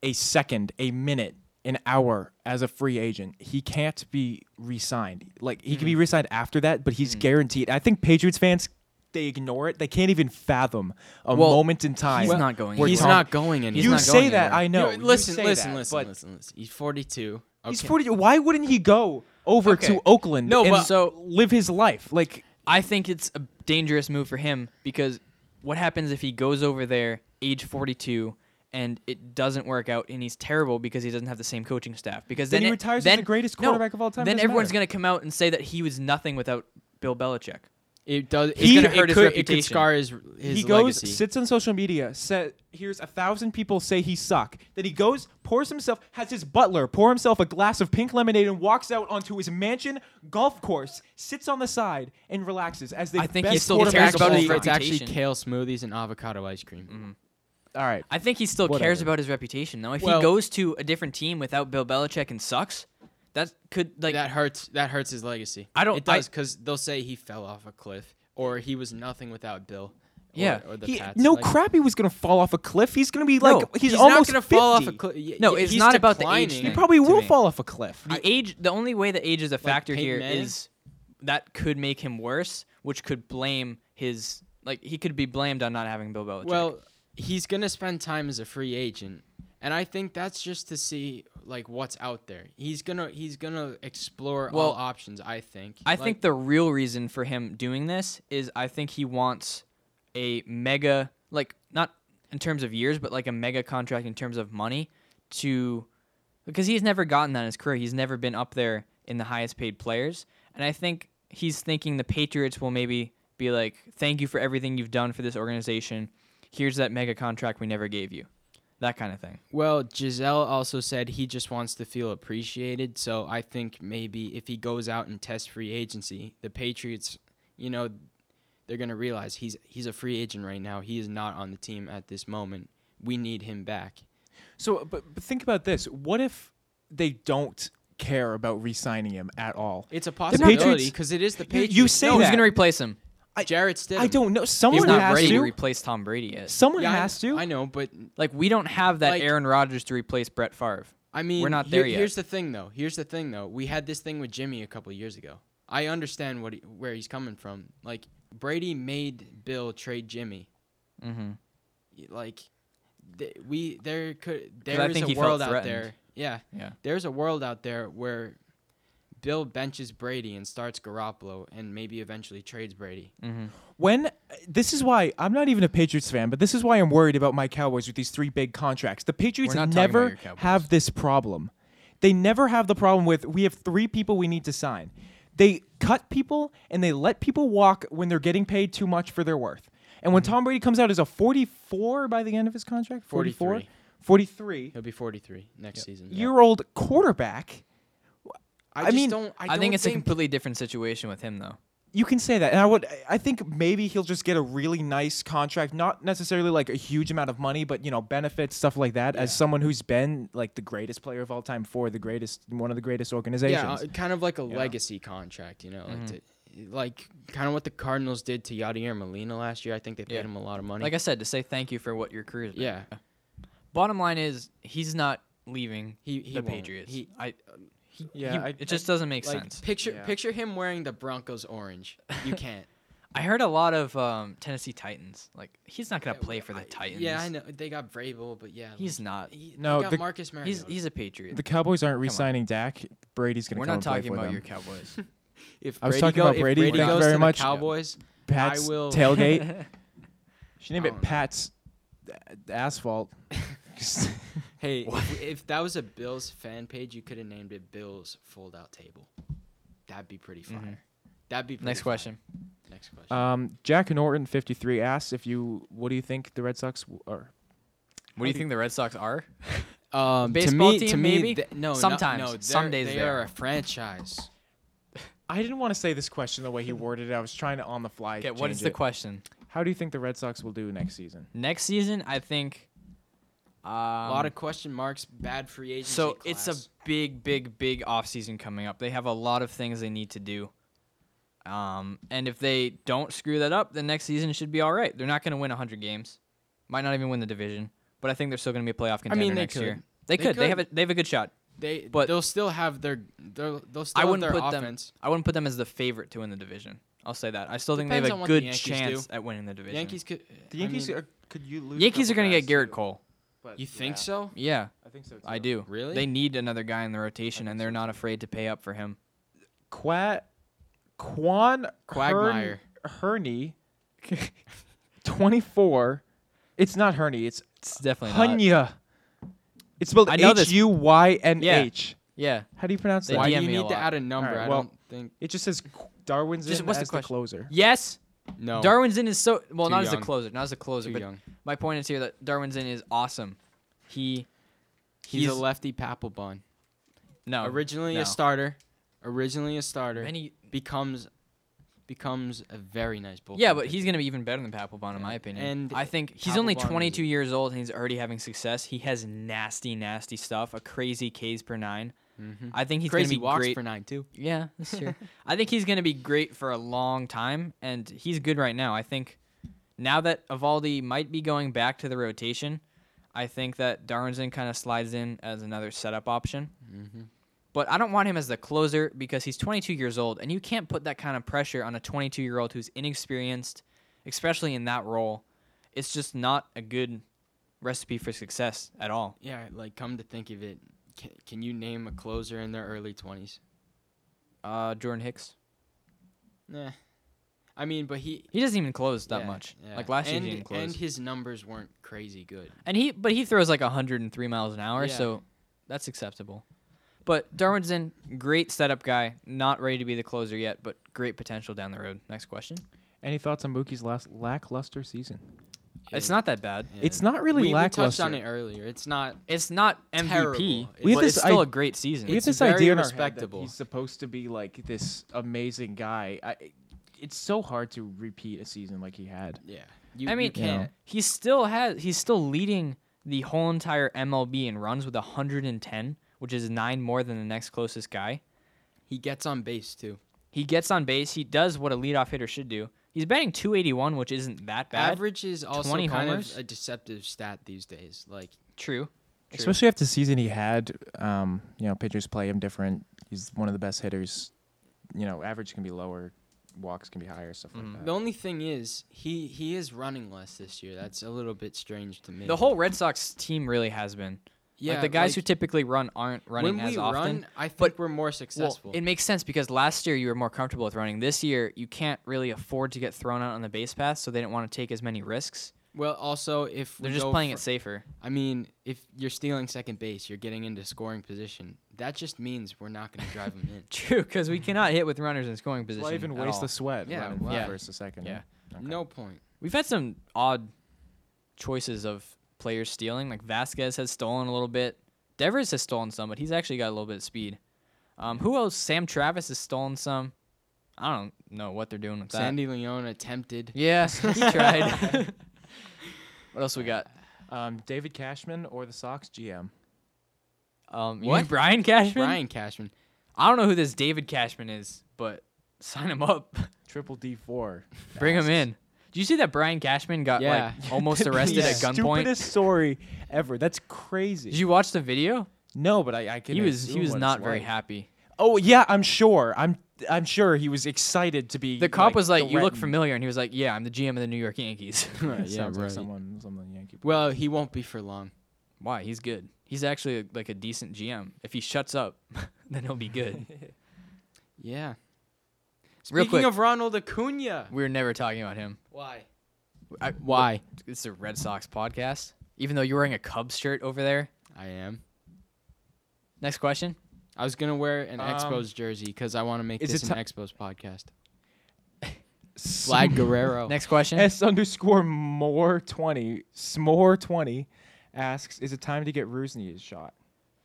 [SPEAKER 2] a second, a minute, an hour as a free agent. He can't be re-signed. Like he can
[SPEAKER 1] Mm-hmm.
[SPEAKER 2] be re-signed after that, but
[SPEAKER 1] Mm.
[SPEAKER 2] he's guaranteed. I think Patriots fans they ignore it. They can't even fathom a
[SPEAKER 1] Well,
[SPEAKER 2] moment in time.
[SPEAKER 1] he's not going
[SPEAKER 2] where
[SPEAKER 3] He's
[SPEAKER 2] Tom-
[SPEAKER 3] not going anymore.
[SPEAKER 1] he's
[SPEAKER 2] you
[SPEAKER 1] not
[SPEAKER 2] say
[SPEAKER 1] going
[SPEAKER 2] that
[SPEAKER 1] anywhere.
[SPEAKER 2] I know.
[SPEAKER 3] You-
[SPEAKER 2] You
[SPEAKER 3] listen,
[SPEAKER 2] say
[SPEAKER 3] listen,
[SPEAKER 2] that,
[SPEAKER 3] listen,
[SPEAKER 2] but
[SPEAKER 3] listen, listen. He's 42.
[SPEAKER 2] He's
[SPEAKER 3] Okay.
[SPEAKER 2] forty. Why wouldn't he go over
[SPEAKER 1] Okay.
[SPEAKER 2] to Oakland?
[SPEAKER 1] No,
[SPEAKER 2] and
[SPEAKER 1] but- So-
[SPEAKER 2] live his life like.
[SPEAKER 1] I think it's a dangerous move for him because what happens if he goes over there age 42 and it doesn't work out and he's terrible because he doesn't have the same coaching staff because
[SPEAKER 2] Then
[SPEAKER 1] then
[SPEAKER 2] he
[SPEAKER 1] it-
[SPEAKER 2] retires as
[SPEAKER 1] then,
[SPEAKER 2] the greatest
[SPEAKER 1] no,
[SPEAKER 2] quarterback of all time,
[SPEAKER 1] Then
[SPEAKER 2] doesn't
[SPEAKER 1] everyone's
[SPEAKER 2] matter.
[SPEAKER 1] going to come out and say that he was nothing without Bill Belichick.
[SPEAKER 3] It does.
[SPEAKER 1] He's
[SPEAKER 3] it
[SPEAKER 1] gonna
[SPEAKER 3] could-
[SPEAKER 1] hurt
[SPEAKER 3] it
[SPEAKER 1] his
[SPEAKER 3] could, It
[SPEAKER 1] reputation.
[SPEAKER 3] could scar his his
[SPEAKER 2] he goes,
[SPEAKER 3] legacy.
[SPEAKER 2] sits on social media, says, hears a thousand people say he suck. Then he goes, pours himself, has his butler pour himself a glass of pink lemonade, and walks out onto his mansion golf course, sits on the side, and relaxes as the
[SPEAKER 1] I think
[SPEAKER 2] best
[SPEAKER 1] he still
[SPEAKER 2] quarterback
[SPEAKER 1] cares
[SPEAKER 2] of all
[SPEAKER 1] about his
[SPEAKER 2] time.
[SPEAKER 3] it's actually
[SPEAKER 1] reputation.
[SPEAKER 3] kale smoothies and avocado ice cream.
[SPEAKER 2] All right,
[SPEAKER 1] I think he still cares
[SPEAKER 2] Whatever.
[SPEAKER 1] about his reputation though. If
[SPEAKER 3] Well-
[SPEAKER 1] he goes to a different team without Bill Belichick and sucks, that could like
[SPEAKER 3] that hurts. That hurts his legacy.
[SPEAKER 1] I don't-
[SPEAKER 3] It does
[SPEAKER 1] I-
[SPEAKER 3] because they'll say he fell off a cliff or he was nothing without Bill.
[SPEAKER 1] Yeah,
[SPEAKER 3] Or, or the
[SPEAKER 2] He-
[SPEAKER 3] Pats.
[SPEAKER 2] no
[SPEAKER 3] Like,
[SPEAKER 2] crap, he was gonna fall off a cliff. He's gonna be like,
[SPEAKER 1] No,
[SPEAKER 2] he's,
[SPEAKER 3] He's
[SPEAKER 2] almost
[SPEAKER 3] not gonna fall off a
[SPEAKER 2] 50.
[SPEAKER 3] cliff. Y-
[SPEAKER 1] No,
[SPEAKER 3] y-
[SPEAKER 1] it's
[SPEAKER 3] he's
[SPEAKER 1] not about the age
[SPEAKER 3] declining
[SPEAKER 1] thing.
[SPEAKER 2] He probably
[SPEAKER 3] to
[SPEAKER 2] will
[SPEAKER 3] me.
[SPEAKER 2] fall off a cliff.
[SPEAKER 1] the age the only way the age is a factor
[SPEAKER 3] Peyton
[SPEAKER 1] here is
[SPEAKER 3] Manning?
[SPEAKER 1] that could make him worse, which could blame his like he could be blamed on not having Bill Belichick.
[SPEAKER 3] Well, he's gonna spend time as a free agent, and I think that's just to see like what's out there. He's gonna he's gonna explore
[SPEAKER 1] Well,
[SPEAKER 3] all options. I think.
[SPEAKER 1] I
[SPEAKER 3] Like,
[SPEAKER 1] think the real reason for him doing this is I think he wants a mega like not in terms of years, but like a mega contract in terms of money to because he's never gotten that in his career. He's never been up there in the highest paid players. And I think he's thinking the Patriots will maybe be like, Thank you for everything you've done for this organization. Here's that mega contract we never gave you. That kind of thing.
[SPEAKER 3] Well, Giselle also said he just wants to feel appreciated. So I think maybe if he goes out and tests free agency, the Patriots, you know, they're gonna realize he's he's a free agent right now. He is not on the team at this moment. We need him back.
[SPEAKER 2] So, but, but think about this: what if they don't care about re-signing him at all?
[SPEAKER 3] It's a
[SPEAKER 2] Patriots-
[SPEAKER 3] possibility because it is the
[SPEAKER 2] You- you
[SPEAKER 3] Patriots.
[SPEAKER 2] say
[SPEAKER 1] No, who's
[SPEAKER 2] that.
[SPEAKER 1] gonna replace him?
[SPEAKER 2] I-
[SPEAKER 3] Jarrett Stidham.
[SPEAKER 2] I don't know.
[SPEAKER 1] He's
[SPEAKER 2] Someone
[SPEAKER 1] not
[SPEAKER 2] has
[SPEAKER 1] ready to
[SPEAKER 2] to.
[SPEAKER 1] replace Tom Brady yet.
[SPEAKER 2] Someone
[SPEAKER 3] Yeah, I-
[SPEAKER 2] has to.
[SPEAKER 3] I know, but
[SPEAKER 1] Like we don't have that
[SPEAKER 3] Like-
[SPEAKER 1] Aaron Rodgers to replace Brett Favre.
[SPEAKER 3] I mean,
[SPEAKER 1] not
[SPEAKER 3] here-
[SPEAKER 1] there yet.
[SPEAKER 3] Here's the thing, though. Here's the thing, though. We had this thing with Jimmy a couple years ago. I understand what he, where he's coming from. Like Brady made Bill trade Jimmy. Mm-hmm. Like th- we there could
[SPEAKER 1] I
[SPEAKER 3] there is
[SPEAKER 1] think
[SPEAKER 3] a
[SPEAKER 1] he felt
[SPEAKER 3] world out
[SPEAKER 1] threatened.
[SPEAKER 3] there. Yeah,
[SPEAKER 1] Yeah.
[SPEAKER 3] There's a world out there where Bill benches Brady and starts Garoppolo and maybe eventually trades Brady.
[SPEAKER 1] Mm-hmm.
[SPEAKER 2] when this is why I'm not even a Patriots fan, but this is why I'm worried about my Cowboys with these three big contracts. The Patriots
[SPEAKER 1] We're not talking about
[SPEAKER 2] never
[SPEAKER 1] your Cowboys.
[SPEAKER 2] have this problem. They never have the problem with we have three people we need to sign. They cut people and they let people walk when they're getting paid too much for their worth. And
[SPEAKER 1] Mm-hmm.
[SPEAKER 2] when Tom Brady comes out as a 44 by the end of his contract, 44,
[SPEAKER 3] 43.
[SPEAKER 2] 43
[SPEAKER 3] He'll be 43 next season. yeah.
[SPEAKER 2] year old quarterback,
[SPEAKER 3] I,
[SPEAKER 2] I
[SPEAKER 3] just
[SPEAKER 2] mean,
[SPEAKER 3] don't. I,
[SPEAKER 1] I,
[SPEAKER 3] don't
[SPEAKER 1] think it's a completely different situation with him though.
[SPEAKER 2] You can say that, and I would. I think maybe he'll just get a really nice contract, not necessarily like a huge amount of money, but you know, benefits, stuff like that. As someone who's been like the greatest player of all time for the greatest, one of the greatest
[SPEAKER 3] Yeah,
[SPEAKER 2] organizations.
[SPEAKER 3] uh, kind of like a legacy contract, you know, like,
[SPEAKER 1] Mm-hmm.
[SPEAKER 3] to- like kind of what the Cardinals did to Yadier Molina last year. I think they paid
[SPEAKER 1] Yeah.
[SPEAKER 3] him a lot of money.
[SPEAKER 1] Like I said, to say thank you for what your career's been.
[SPEAKER 3] yeah,
[SPEAKER 1] Bottom line is he's not leaving
[SPEAKER 3] He- he
[SPEAKER 1] the
[SPEAKER 3] won't.
[SPEAKER 1] Patriots.
[SPEAKER 3] He-
[SPEAKER 1] I
[SPEAKER 2] yeah,
[SPEAKER 1] you- it just doesn't make
[SPEAKER 3] like
[SPEAKER 1] sense.
[SPEAKER 3] picture
[SPEAKER 2] Yeah.
[SPEAKER 3] picture him wearing the Broncos orange. You can't.
[SPEAKER 1] I heard a lot of um, Tennessee Titans. Like he's not gonna play for the
[SPEAKER 3] I-
[SPEAKER 1] Titans.
[SPEAKER 3] Yeah, I know they got Vrabel, but yeah,
[SPEAKER 1] He's not.
[SPEAKER 3] he,
[SPEAKER 2] No,
[SPEAKER 3] they got
[SPEAKER 2] the-
[SPEAKER 3] Marcus Mariota.
[SPEAKER 1] He's he's a Patriot.
[SPEAKER 2] the Cowboys aren't re-signing Dak. Brady's gonna.
[SPEAKER 1] We're
[SPEAKER 2] come
[SPEAKER 1] not
[SPEAKER 2] and play
[SPEAKER 1] talking
[SPEAKER 2] for
[SPEAKER 1] about
[SPEAKER 2] them.
[SPEAKER 1] your Cowboys.
[SPEAKER 3] if
[SPEAKER 2] I was
[SPEAKER 3] Brady
[SPEAKER 2] talking
[SPEAKER 3] go-
[SPEAKER 2] about
[SPEAKER 3] if
[SPEAKER 2] Brady,
[SPEAKER 3] Brady
[SPEAKER 2] thank you
[SPEAKER 3] goes
[SPEAKER 2] very
[SPEAKER 3] to
[SPEAKER 2] much.
[SPEAKER 3] The Cowboys.
[SPEAKER 2] Pat's
[SPEAKER 3] I will.
[SPEAKER 2] tailgate. Should name
[SPEAKER 3] I
[SPEAKER 2] it
[SPEAKER 3] don't know.
[SPEAKER 2] Pat's uh, asphalt.
[SPEAKER 3] hey, if, if that was a Bills fan page, you could have named it Bills Fold Out Table. That'd be pretty fire. That'd be pretty
[SPEAKER 1] Mm-hmm. Next
[SPEAKER 3] fire.
[SPEAKER 1] question.
[SPEAKER 3] Next question.
[SPEAKER 2] um, Jack Norton fifty three asks if you what do you think the Red Sox w- are
[SPEAKER 1] What do you think the Red Sox are?
[SPEAKER 3] Um,
[SPEAKER 1] Baseball
[SPEAKER 3] to me,
[SPEAKER 1] team,
[SPEAKER 3] to me,
[SPEAKER 1] maybe?
[SPEAKER 3] th- no, no,
[SPEAKER 1] Sometimes.
[SPEAKER 3] no, they're-
[SPEAKER 1] Some days
[SPEAKER 3] they
[SPEAKER 1] they
[SPEAKER 3] are
[SPEAKER 1] are.
[SPEAKER 3] a franchise.
[SPEAKER 2] I didn't want to say this question the way he worded it. I was trying to on the fly.
[SPEAKER 1] Okay, what is
[SPEAKER 2] change
[SPEAKER 1] the
[SPEAKER 2] it.
[SPEAKER 1] question?
[SPEAKER 2] How do you think the Red Sox will do next season?
[SPEAKER 1] Next season, I think. Um,
[SPEAKER 3] a lot of question marks, bad free agency.
[SPEAKER 1] So it's
[SPEAKER 3] class.
[SPEAKER 1] a big, big, big offseason coming up. They have a lot of things they need to do. Um, and if they don't screw that up, then next season should be all right. They're not going to win 100 games, might not even win the division, but I think they're still going to be a playoff contender
[SPEAKER 3] mean, they
[SPEAKER 1] next year.
[SPEAKER 3] could.
[SPEAKER 1] They,
[SPEAKER 3] They
[SPEAKER 1] could. They have a
[SPEAKER 3] could.
[SPEAKER 1] they have a good shot.
[SPEAKER 3] they,
[SPEAKER 1] but-
[SPEAKER 3] but they'll still have their, they'll, they'll still
[SPEAKER 1] I
[SPEAKER 3] have
[SPEAKER 1] wouldn't
[SPEAKER 3] their
[SPEAKER 1] put
[SPEAKER 3] offense.
[SPEAKER 1] them. I wouldn't put them as the favorite to win the division. I'll say that. I still think
[SPEAKER 3] Depends
[SPEAKER 1] they have a
[SPEAKER 3] on what the
[SPEAKER 1] good
[SPEAKER 3] Yankees
[SPEAKER 1] chance
[SPEAKER 3] do.
[SPEAKER 1] at winning the division.
[SPEAKER 3] Yankees could.
[SPEAKER 2] The Yankees
[SPEAKER 3] I mean,
[SPEAKER 2] are, could you lose?
[SPEAKER 1] Yankees are going to get Garrett
[SPEAKER 2] Garrett
[SPEAKER 1] Cole.
[SPEAKER 3] You think so?
[SPEAKER 1] Yeah,
[SPEAKER 2] I think so. Too.
[SPEAKER 1] I do.
[SPEAKER 3] Really?
[SPEAKER 1] They need another guy in the rotation, and they're not afraid to pay up for him.
[SPEAKER 2] Quat, Quan
[SPEAKER 3] Quagmire.
[SPEAKER 2] Hern, Herney, twenty four. It's not Herney. It's
[SPEAKER 1] It's definitely not.
[SPEAKER 2] Hunya. It's spelled
[SPEAKER 1] I know
[SPEAKER 2] H
[SPEAKER 1] this-
[SPEAKER 2] U Y N H.
[SPEAKER 1] Yeah.
[SPEAKER 2] How do you pronounce
[SPEAKER 1] They
[SPEAKER 2] that?
[SPEAKER 3] Why do
[SPEAKER 1] DM
[SPEAKER 3] you
[SPEAKER 1] me a
[SPEAKER 3] need to
[SPEAKER 1] lot.
[SPEAKER 3] add a number?
[SPEAKER 2] Alright,
[SPEAKER 3] I
[SPEAKER 2] well-
[SPEAKER 3] don't think.
[SPEAKER 2] It just says qu- Darwin's
[SPEAKER 1] Just-
[SPEAKER 2] in
[SPEAKER 1] what's the
[SPEAKER 2] as the,
[SPEAKER 1] question?
[SPEAKER 2] closer.
[SPEAKER 1] Yes.
[SPEAKER 3] No.
[SPEAKER 1] Darwin's in is so well
[SPEAKER 3] Too
[SPEAKER 1] not as a
[SPEAKER 3] young.
[SPEAKER 1] closer, not as a closer,
[SPEAKER 3] Too
[SPEAKER 1] but
[SPEAKER 3] young.
[SPEAKER 1] my point is here that Darwin's in is awesome. He
[SPEAKER 3] he's,
[SPEAKER 1] he's-
[SPEAKER 3] a lefty Papelbon.
[SPEAKER 1] no
[SPEAKER 3] Originally
[SPEAKER 1] no.
[SPEAKER 3] a starter, originally a starter,
[SPEAKER 1] Many-
[SPEAKER 3] becomes becomes a very nice bullpen.
[SPEAKER 1] Yeah, but he's gonna be even better than Papelbon in my opinion.
[SPEAKER 3] And
[SPEAKER 1] I think he's only
[SPEAKER 3] Papelbon is-
[SPEAKER 1] 22 years old and he's already having success. He has nasty, nasty stuff. A crazy K's per 9 I think he's
[SPEAKER 3] Mm-hmm. crazy
[SPEAKER 1] gonna be
[SPEAKER 3] walks
[SPEAKER 1] great.
[SPEAKER 3] for nine too.
[SPEAKER 1] Yeah, that's true. I think he's going to be great for a long time, and he's good right now. I think now that Avaldi might be going back to the rotation, I think that Darwinson kind of slides in as another setup option.
[SPEAKER 3] Mm-hmm.
[SPEAKER 1] But I don't want him as the closer because he's 22 years old, and you can't put that kind of pressure on a 22 year old who's inexperienced, especially in that role. It's just not a good recipe for success at all.
[SPEAKER 3] Yeah, like come to think of it, can, can you name a closer in their early twenties?
[SPEAKER 1] Uh, Jordan Hicks.
[SPEAKER 3] Nah. I mean, but he
[SPEAKER 1] He doesn't even close that
[SPEAKER 3] yeah,
[SPEAKER 1] much.
[SPEAKER 3] yeah.
[SPEAKER 1] Like last year,
[SPEAKER 3] and,
[SPEAKER 1] he didn't close.
[SPEAKER 3] and his numbers weren't crazy good.
[SPEAKER 1] And he, but he throws like 103 miles an hour,
[SPEAKER 3] Yeah.
[SPEAKER 1] so that's acceptable. But Darwin's in great setup guy, not ready to be the closer yet, but great potential down the road. Next question.
[SPEAKER 2] Any thoughts on Mookie's last lackluster season?
[SPEAKER 1] It's not that bad.
[SPEAKER 3] Yeah.
[SPEAKER 2] It's not really
[SPEAKER 3] we, we touched
[SPEAKER 2] lackluster.
[SPEAKER 3] on it earlier. It's not.
[SPEAKER 1] It's not MVP,
[SPEAKER 3] Terrible.
[SPEAKER 1] we
[SPEAKER 2] We
[SPEAKER 1] but
[SPEAKER 2] have
[SPEAKER 1] it's
[SPEAKER 2] this
[SPEAKER 1] still
[SPEAKER 2] i-
[SPEAKER 1] a great season.
[SPEAKER 2] we have
[SPEAKER 3] It's
[SPEAKER 2] this
[SPEAKER 3] very
[SPEAKER 2] idea in
[SPEAKER 3] respectable.
[SPEAKER 2] Our head that he's supposed to be like this amazing guy. I, it's so hard to repeat a season like he had.
[SPEAKER 3] Yeah. You,
[SPEAKER 1] I mean,
[SPEAKER 3] you can't.
[SPEAKER 1] he still has he's still leading the whole entire MLB in runs with 110, which is nine more than the next closest guy.
[SPEAKER 3] He gets on base too.
[SPEAKER 1] He gets on base. He does what a leadoff hitter should do. He's batting 281, which isn't that bad.
[SPEAKER 3] Average is also
[SPEAKER 1] 20
[SPEAKER 3] kind
[SPEAKER 1] homers?
[SPEAKER 3] of a deceptive stat these days. Like
[SPEAKER 1] True. True.
[SPEAKER 2] Especially after the season he had, um, you know, pitchers play him different. He's one of the best hitters. You know, average can be lower, walks can be higher, stuff
[SPEAKER 1] Mm-hmm.
[SPEAKER 2] like
[SPEAKER 3] the
[SPEAKER 2] that.
[SPEAKER 3] only thing is, he he is running less this year. That's a little bit strange to me.
[SPEAKER 1] The whole Red Sox team really has been. Yeah, like the guys who
[SPEAKER 3] like,
[SPEAKER 1] typically run aren't running
[SPEAKER 3] when
[SPEAKER 1] as
[SPEAKER 3] we
[SPEAKER 1] often.
[SPEAKER 3] run, I think
[SPEAKER 1] but-
[SPEAKER 3] we're more
[SPEAKER 1] well,
[SPEAKER 3] successful.
[SPEAKER 1] it makes sense because last year you were more comfortable with running. This year you can't really afford to get thrown out on the base path, so they didn't want to take as many risks.
[SPEAKER 3] well, also if
[SPEAKER 1] They're
[SPEAKER 3] we
[SPEAKER 1] just
[SPEAKER 3] go
[SPEAKER 1] playing
[SPEAKER 3] for-
[SPEAKER 1] it safer.
[SPEAKER 3] I mean, if you're stealing second base, you're getting into scoring position. That just means we're not going to drive him in.
[SPEAKER 1] True, because
[SPEAKER 3] Mm-hmm.
[SPEAKER 1] we cannot hit with runners in scoring position.
[SPEAKER 2] Why even
[SPEAKER 1] at
[SPEAKER 2] waste
[SPEAKER 1] all.
[SPEAKER 2] the sweat?
[SPEAKER 3] Yeah,
[SPEAKER 2] running
[SPEAKER 3] why?
[SPEAKER 2] from
[SPEAKER 1] Yeah.
[SPEAKER 2] first to second.
[SPEAKER 1] Yeah.
[SPEAKER 2] Okay.
[SPEAKER 3] No point.
[SPEAKER 1] We've had some odd choices of players stealing. Like Vasquez has stolen a little bit. Devers has stolen some, but he's actually got a little bit of speed. Um, who else? Sam Travis has stolen some. I don't know what they're doing with that.
[SPEAKER 3] Sandy Leone attempted.
[SPEAKER 1] Yeah, he tried. what else we got?
[SPEAKER 2] Um, David Cashman or the Sox GM.
[SPEAKER 1] Um, you
[SPEAKER 3] What?
[SPEAKER 1] mean Brian Cashman?
[SPEAKER 3] Brian Cashman.
[SPEAKER 1] I don't know who this David Cashman is, but sign him up.
[SPEAKER 2] Triple D four.
[SPEAKER 1] Bring him in. Do you see that Brian Cashman got
[SPEAKER 3] Yeah.
[SPEAKER 1] like almost arrested at gunpoint?
[SPEAKER 2] Stupidest story ever. That's crazy.
[SPEAKER 1] Did you watch the video?
[SPEAKER 2] no, but I, I can.
[SPEAKER 1] He was he
[SPEAKER 2] assume
[SPEAKER 1] was
[SPEAKER 2] what it's
[SPEAKER 1] not very
[SPEAKER 2] like.
[SPEAKER 1] happy.
[SPEAKER 2] Oh yeah, I'm sure. I'm I'm sure he was excited to be.
[SPEAKER 1] The cop was like, "You look
[SPEAKER 2] threatened."
[SPEAKER 1] familiar," and he was like, "Yeah, I'm the GM of the New York Yankees."
[SPEAKER 2] Sounds
[SPEAKER 3] yeah,
[SPEAKER 2] like
[SPEAKER 3] right.
[SPEAKER 2] someone, someone Yankee.
[SPEAKER 3] Well, he won't be for long.
[SPEAKER 1] Why? He's good. He's actually like a decent GM. If he shuts up, then he'll be good.
[SPEAKER 3] Yeah.
[SPEAKER 1] Real
[SPEAKER 3] Speaking
[SPEAKER 1] quick.
[SPEAKER 3] of Ronald Acuna,
[SPEAKER 1] We're never talking about him.
[SPEAKER 3] why?
[SPEAKER 1] I,
[SPEAKER 3] Why?
[SPEAKER 1] It's a Red Sox podcast. Even though you're wearing a Cubs shirt over there.
[SPEAKER 3] I am.
[SPEAKER 1] Next question.
[SPEAKER 3] I was gonna wear an
[SPEAKER 2] Um,
[SPEAKER 3] Expos jersey because I want to make
[SPEAKER 2] is
[SPEAKER 3] this
[SPEAKER 2] it
[SPEAKER 3] an
[SPEAKER 2] ti-
[SPEAKER 3] Expos podcast. Vlad
[SPEAKER 2] Oh.
[SPEAKER 3] Guerrero.
[SPEAKER 1] Next question.
[SPEAKER 2] S underscore more twenty smore twenty asks, is it time to get Rusney's shot?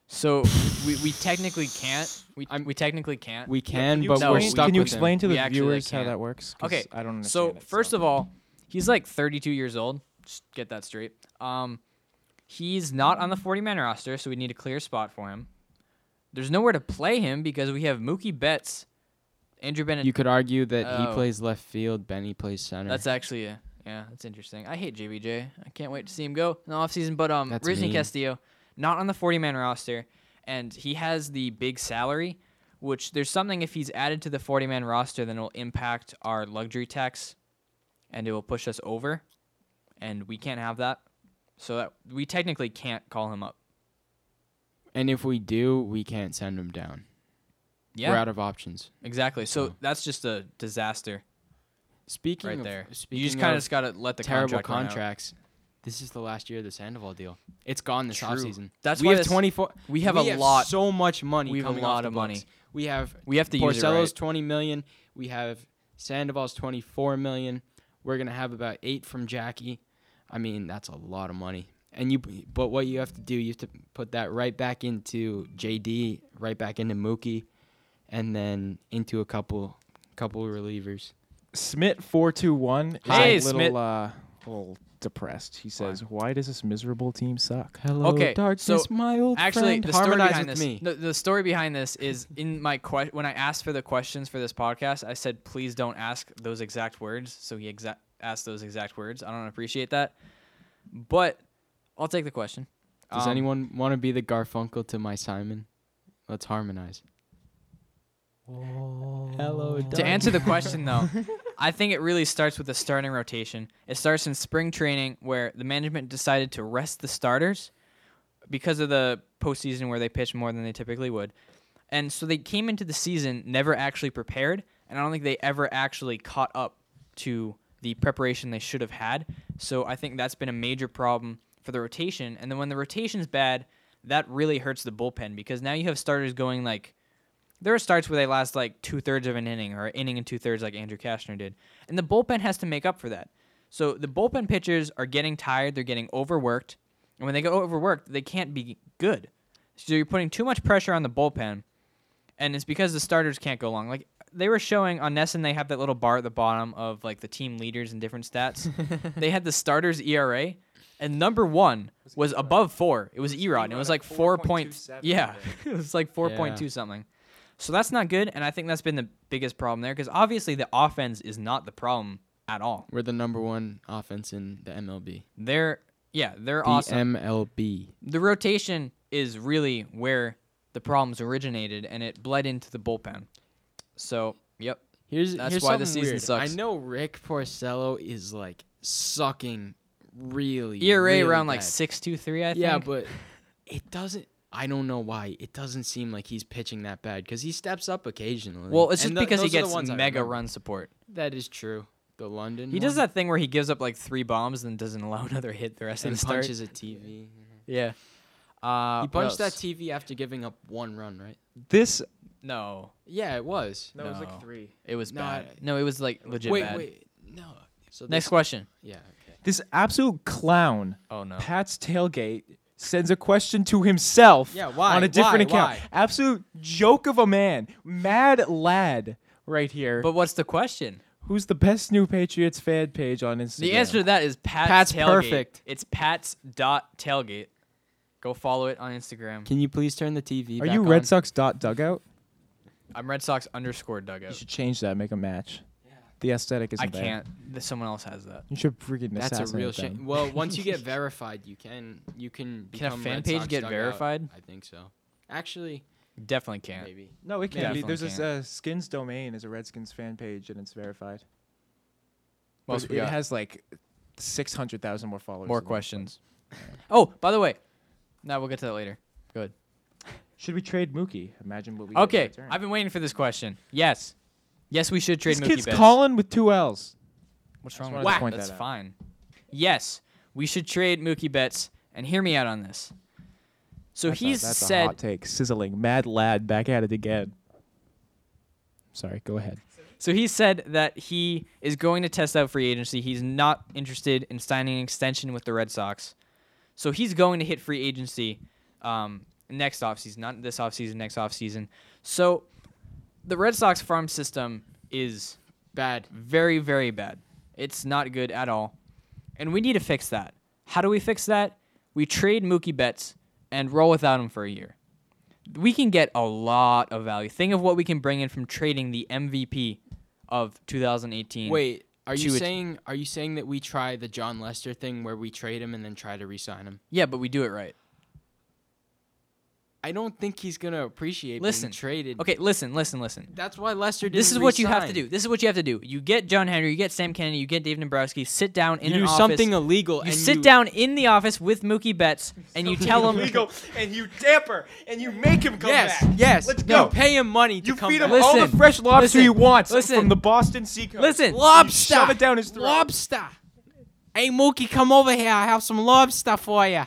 [SPEAKER 1] So we, we technically can't. We
[SPEAKER 3] I'm-
[SPEAKER 1] we technically can't.
[SPEAKER 3] we can,
[SPEAKER 2] Can you
[SPEAKER 3] but
[SPEAKER 1] No,
[SPEAKER 3] we're
[SPEAKER 2] explain,
[SPEAKER 3] stuck
[SPEAKER 2] Can you
[SPEAKER 3] with him.
[SPEAKER 2] explain to
[SPEAKER 1] We
[SPEAKER 2] the
[SPEAKER 1] actually
[SPEAKER 2] viewers how
[SPEAKER 1] can't.
[SPEAKER 2] that works? 'Cause
[SPEAKER 1] okay.
[SPEAKER 2] I don't understand.
[SPEAKER 1] So
[SPEAKER 2] it,
[SPEAKER 1] first of all, he's like 32 years old. Just get that straight. Um, he's not on the 40 man roster, so we need a clear spot for him. There's nowhere to play him because we have Mookie Betts, Andrew Bennett.
[SPEAKER 3] You could argue that
[SPEAKER 1] Oh.
[SPEAKER 3] he plays left field, Benny plays center.
[SPEAKER 1] That's actually a, yeah, that's interesting. I hate JBJ. I can't wait to see him go in the offseason. But um,
[SPEAKER 3] That's
[SPEAKER 1] Rusney
[SPEAKER 3] mean.
[SPEAKER 1] Castillo, not on the 40 man roster, and he has the big salary, which there's something if he's added to the 40 man roster, then it will impact our luxury tax and it will push us over, and we can't have that. So that we technically can't call him up.
[SPEAKER 3] and if we do, we can't send him down. We're
[SPEAKER 1] Yeah,
[SPEAKER 3] out of options.
[SPEAKER 1] exactly. So that's just a disaster
[SPEAKER 3] Speaking
[SPEAKER 1] right
[SPEAKER 3] of
[SPEAKER 1] there.
[SPEAKER 3] speaking
[SPEAKER 1] You just
[SPEAKER 3] kind
[SPEAKER 1] kind of just gotta let the
[SPEAKER 3] terrible
[SPEAKER 1] contract run out.
[SPEAKER 3] contracts, This is the last year of the Sandoval deal. It's gone this
[SPEAKER 1] True.
[SPEAKER 3] offseason.
[SPEAKER 1] That's
[SPEAKER 3] we
[SPEAKER 1] why
[SPEAKER 3] have
[SPEAKER 1] this-
[SPEAKER 3] 24
[SPEAKER 1] we have a lot-
[SPEAKER 3] so much money
[SPEAKER 1] we have a
[SPEAKER 3] coming off
[SPEAKER 1] lot
[SPEAKER 3] the
[SPEAKER 1] of money.
[SPEAKER 3] books. We have
[SPEAKER 1] We have to use it
[SPEAKER 3] Porcello's
[SPEAKER 1] right.
[SPEAKER 3] 20 million. We have Sandoval's 24 million. We're going to have about 8 from Jackie. I mean, that's a lot of money. And you but what you have to do, you have to put that right back into JD, right back into Mookie, and then into a couple couple relievers.
[SPEAKER 2] Smit four two one is
[SPEAKER 1] Hey,
[SPEAKER 2] a little
[SPEAKER 1] Smit.
[SPEAKER 2] uh a little depressed. He says, Why does this miserable team suck?
[SPEAKER 3] Hello,
[SPEAKER 1] Okay,
[SPEAKER 3] darkness,
[SPEAKER 1] so
[SPEAKER 3] my old
[SPEAKER 1] Actually,
[SPEAKER 3] friend.
[SPEAKER 1] the story
[SPEAKER 3] Harmonize
[SPEAKER 1] behind
[SPEAKER 3] with
[SPEAKER 1] this.
[SPEAKER 3] me.
[SPEAKER 1] The, the story behind this is in my que- when I asked for the questions for this podcast, I said please don't ask those exact words. So he exa- asked those exact words. I don't appreciate that, but I'll take the question.
[SPEAKER 3] Does
[SPEAKER 1] Um,
[SPEAKER 3] anyone want to be the Garfunkel to my Simon? Let's harmonize.
[SPEAKER 2] Oh,
[SPEAKER 3] Hello.
[SPEAKER 1] To answer the question though, I think it really starts with the starting rotation. It starts in spring training where the management decided to rest the starters because of the postseason where they pitch more than they typically would. And so they came into the season never actually prepared, and I don't think they ever actually caught up to the preparation they should have had. So I think that's been a major problem for the rotation. And then when the rotation's bad, that really hurts the bullpen because now you have starters going like there are starts where they last like two thirds of an inning or an inning and two thirds, like Andrew Kashner did, and the bullpen has to make up for that. So the bullpen pitchers are getting tired, they're getting overworked, and when they get overworked, they can't be good. So you're putting too much pressure on the bullpen, and it's because the starters can't go long. Like they were showing on Nesson, they have that little bar at the bottom of like the team leaders and different stats. they had the starters ERA, and number one was above four. It was E Erod, and it was like four point.
[SPEAKER 2] 4.27,
[SPEAKER 1] Yeah, it was like four point two something. So that's not good, and I think that's been the biggest problem there because obviously the offense is not the problem at all.
[SPEAKER 3] We're the number one offense in the MLB.
[SPEAKER 1] They're yeah, they're
[SPEAKER 3] The
[SPEAKER 1] awesome.
[SPEAKER 3] MLB.
[SPEAKER 1] the rotation is really where the problems originated, and it bled into the bullpen. So yep,
[SPEAKER 3] Here's
[SPEAKER 1] That's
[SPEAKER 3] here's
[SPEAKER 1] why the
[SPEAKER 3] something
[SPEAKER 1] season
[SPEAKER 3] weird.
[SPEAKER 1] sucks.
[SPEAKER 3] I know Rick Porcello is like sucking really
[SPEAKER 1] ERA
[SPEAKER 3] really
[SPEAKER 1] E around like
[SPEAKER 3] bad.
[SPEAKER 1] six two three. I think.
[SPEAKER 3] Yeah, but it doesn't. I don't know why it doesn't seem like he's pitching that bad because he steps up occasionally.
[SPEAKER 1] well, it's just
[SPEAKER 3] And tho-
[SPEAKER 1] because he
[SPEAKER 3] those are the
[SPEAKER 1] gets
[SPEAKER 3] ones I
[SPEAKER 1] mega
[SPEAKER 3] remember.
[SPEAKER 1] run support.
[SPEAKER 3] That is true. The London.
[SPEAKER 1] He does
[SPEAKER 3] one,
[SPEAKER 1] that thing where he gives up like three bombs and doesn't allow another hit the rest
[SPEAKER 3] and
[SPEAKER 1] of the start.
[SPEAKER 3] punches a TV.
[SPEAKER 1] Yeah. Uh,
[SPEAKER 3] He
[SPEAKER 1] what
[SPEAKER 3] punched that
[SPEAKER 1] else?
[SPEAKER 3] TV after giving up one run, right?
[SPEAKER 2] This
[SPEAKER 1] no,
[SPEAKER 3] Yeah, it was.
[SPEAKER 1] No, it was like No.
[SPEAKER 2] three.
[SPEAKER 1] it was
[SPEAKER 3] No,
[SPEAKER 1] bad.
[SPEAKER 3] I-
[SPEAKER 1] no, it was like legit
[SPEAKER 3] wait,
[SPEAKER 1] bad.
[SPEAKER 3] wait, no. So
[SPEAKER 1] Next
[SPEAKER 3] this-
[SPEAKER 1] question.
[SPEAKER 3] Yeah. Okay.
[SPEAKER 2] This absolute clown
[SPEAKER 1] Oh no.
[SPEAKER 2] Pat's tailgate sends a question to himself
[SPEAKER 3] Yeah, why?
[SPEAKER 2] on a different
[SPEAKER 3] Why?
[SPEAKER 2] account.
[SPEAKER 3] Why?
[SPEAKER 2] Absolute joke of a man. Mad lad right here.
[SPEAKER 1] But what's the question?
[SPEAKER 2] Who's the best new Patriots fan page on Instagram?
[SPEAKER 1] The answer to that is Pat's,
[SPEAKER 3] Pat's
[SPEAKER 1] tailgate.
[SPEAKER 3] perfect.
[SPEAKER 1] It's Pat's dot tailgate. Go follow it on Instagram.
[SPEAKER 3] Can you please turn the TV?
[SPEAKER 2] Are
[SPEAKER 3] back
[SPEAKER 2] you Red
[SPEAKER 3] on?
[SPEAKER 2] Sox dot dugout?
[SPEAKER 1] I'm Red Sox underscore
[SPEAKER 2] You
[SPEAKER 1] dugout.
[SPEAKER 2] should change that. Make a match. The aesthetic is.
[SPEAKER 1] I can't. Th- Someone else has that.
[SPEAKER 2] You should freaking
[SPEAKER 3] That's a real
[SPEAKER 2] assassinate them.
[SPEAKER 3] shame. Well, once you get verified, you can you can
[SPEAKER 1] Can a
[SPEAKER 3] become
[SPEAKER 1] fan
[SPEAKER 3] Red
[SPEAKER 1] page
[SPEAKER 3] Sox
[SPEAKER 1] get
[SPEAKER 3] dugout.
[SPEAKER 1] verified?
[SPEAKER 3] I think so. Actually,
[SPEAKER 1] Definitely can't.
[SPEAKER 3] maybe.
[SPEAKER 2] No, it
[SPEAKER 1] Yeah,
[SPEAKER 2] can't be.
[SPEAKER 1] definitely
[SPEAKER 2] There's this uh, Skins domain is a Redskins fan page and it's verified.
[SPEAKER 1] What
[SPEAKER 2] But
[SPEAKER 1] else
[SPEAKER 2] it
[SPEAKER 1] we got?
[SPEAKER 2] has like six hundred thousand more followers.
[SPEAKER 1] More
[SPEAKER 2] than that.
[SPEAKER 1] questions. oh, by the way, no, we'll get to that later. Go ahead.
[SPEAKER 2] Should we trade Mookie? Imagine what we.
[SPEAKER 1] Okay,
[SPEAKER 2] Get in return.
[SPEAKER 1] I've been waiting for this question. Yes, yes, we should trade
[SPEAKER 2] This
[SPEAKER 1] Mookie
[SPEAKER 2] kid's
[SPEAKER 1] Betts.
[SPEAKER 2] Colin with two L's.
[SPEAKER 1] What's wrong
[SPEAKER 2] wanted
[SPEAKER 1] with
[SPEAKER 2] to
[SPEAKER 1] whack?
[SPEAKER 2] point
[SPEAKER 1] That's
[SPEAKER 2] that out.
[SPEAKER 1] fine. Yes, we should trade Mookie Betts. And hear me out on this. So
[SPEAKER 2] That's a-
[SPEAKER 1] he's
[SPEAKER 2] that's a
[SPEAKER 1] said
[SPEAKER 2] hot take, sizzling, mad lad, back at it again. Sorry, go ahead.
[SPEAKER 1] So he said that he is going to test out free agency. He's not interested in signing an extension with the Red Sox. So he's going to hit free agency um, next offseason, not this offseason, next offseason. So the Red Sox farm system is
[SPEAKER 3] Bad.
[SPEAKER 1] very, very bad. It's not good at all. And we need to fix that. How do we fix that? We trade Mookie Betts and roll without him for a year. We can get a lot of value. Think of what we can bring in from trading the MVP of 2018.
[SPEAKER 3] Wait, are you
[SPEAKER 1] to a-
[SPEAKER 3] saying are you saying that we try the John Lester thing where we trade him and then try to re-sign him?
[SPEAKER 1] Yeah, but we do it right.
[SPEAKER 3] I don't think he's gonna appreciate
[SPEAKER 1] Listen.
[SPEAKER 3] being traded.
[SPEAKER 1] Okay, listen, listen, listen.
[SPEAKER 3] That's why Lester didn't
[SPEAKER 1] This is what you have to
[SPEAKER 3] re-sign.
[SPEAKER 1] do. This is what you have to do. You get John Henry, you get Sam Kennedy, you get Dave Dombrowski, sit down in
[SPEAKER 3] You
[SPEAKER 1] an
[SPEAKER 3] do
[SPEAKER 1] office.
[SPEAKER 3] something illegal
[SPEAKER 1] You
[SPEAKER 3] and
[SPEAKER 1] sit
[SPEAKER 3] you,
[SPEAKER 1] down in the office with Mookie Betts and you tell him
[SPEAKER 2] and you damper and you make him come
[SPEAKER 3] Yes, yes.
[SPEAKER 2] Let's
[SPEAKER 3] You
[SPEAKER 2] go.
[SPEAKER 3] pay him money to
[SPEAKER 2] You
[SPEAKER 3] come
[SPEAKER 2] feed
[SPEAKER 3] back.
[SPEAKER 2] him all the
[SPEAKER 1] Listen,
[SPEAKER 2] fresh lobster
[SPEAKER 1] listen,
[SPEAKER 2] he wants
[SPEAKER 1] listen.
[SPEAKER 2] from the Boston Seacoast.
[SPEAKER 1] Listen.
[SPEAKER 2] You
[SPEAKER 3] Lobster.
[SPEAKER 2] Shove it down his throat.
[SPEAKER 3] Lobster. Hey, Mookie, come over here. I have some lobster for you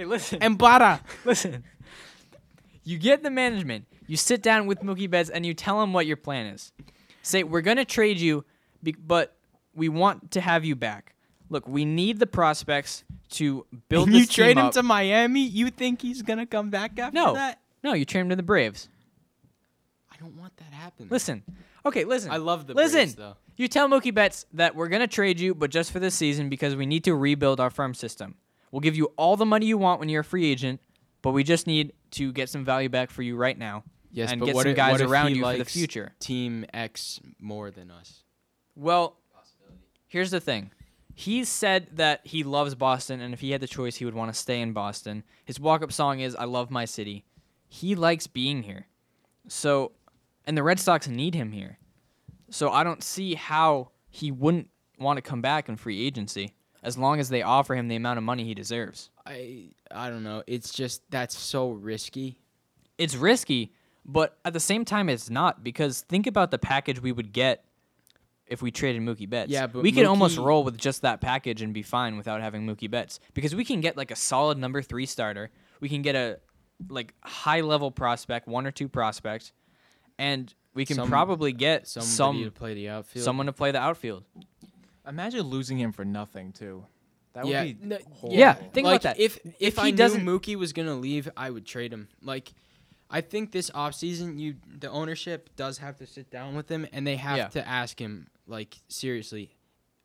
[SPEAKER 1] Okay, listen.
[SPEAKER 3] and butter.
[SPEAKER 1] listen. You get the management. You sit down with Mookie Betts and you tell him what your plan is. Say we're gonna trade you, be- but we want to have you back. Look, we need the prospects to build.
[SPEAKER 3] And you
[SPEAKER 1] this team
[SPEAKER 3] trade him
[SPEAKER 1] up.
[SPEAKER 3] to Miami? You think he's gonna come back after
[SPEAKER 1] no,
[SPEAKER 3] that?
[SPEAKER 1] no. You trade him to the Braves.
[SPEAKER 3] I don't want that happening.
[SPEAKER 1] Listen, okay, listen.
[SPEAKER 3] I love the
[SPEAKER 1] listen.
[SPEAKER 3] Braves, though.
[SPEAKER 1] You tell Mookie Betts that we're gonna trade you, but just for this season because we need to rebuild our farm system. We'll give you all the money you want when you're a free agent, but we just need to get some value back for you right now.
[SPEAKER 3] Yes,
[SPEAKER 1] and
[SPEAKER 3] but
[SPEAKER 1] get
[SPEAKER 3] what
[SPEAKER 1] some
[SPEAKER 3] if-
[SPEAKER 1] guys
[SPEAKER 3] what if
[SPEAKER 1] around
[SPEAKER 3] he
[SPEAKER 1] you for the
[SPEAKER 3] likes
[SPEAKER 1] future.
[SPEAKER 3] Team X more than us.
[SPEAKER 1] Well, here's the thing. He said that he loves Boston, and if he had the choice, he would want to stay in Boston. His walk up song is I Love My City. He likes being here. So, and the Red Sox need him here. So I don't see how he wouldn't want to come back in free agency as long as they offer him the amount of money he deserves.
[SPEAKER 3] I I don't know. It's just that's so risky.
[SPEAKER 1] It's risky, but at the same time, it's not because think about the package we would get if we traded Mookie Betts.
[SPEAKER 3] Yeah, but
[SPEAKER 1] we could almost
[SPEAKER 3] Mookie-
[SPEAKER 1] roll with just that package and be fine without having Mookie Betts because we can get like a solid number three starter. We can get a like high level prospect, one or two prospects, and we can
[SPEAKER 3] Some-
[SPEAKER 1] probably get
[SPEAKER 3] Somebody to
[SPEAKER 1] some
[SPEAKER 3] play the outfield.
[SPEAKER 1] someone to play the outfield.
[SPEAKER 2] Imagine losing him for nothing too. That would
[SPEAKER 3] yeah,
[SPEAKER 2] be
[SPEAKER 3] no,
[SPEAKER 2] horrible.
[SPEAKER 1] Yeah, think
[SPEAKER 3] like,
[SPEAKER 1] about that.
[SPEAKER 3] If if,
[SPEAKER 1] If
[SPEAKER 3] I
[SPEAKER 1] he
[SPEAKER 3] knew
[SPEAKER 1] doesn't-
[SPEAKER 3] Mookie was gonna leave, I would trade him. Like, I think this offseason, you the ownership does have to sit down with him, and they have
[SPEAKER 1] Yeah.
[SPEAKER 3] to ask him like seriously,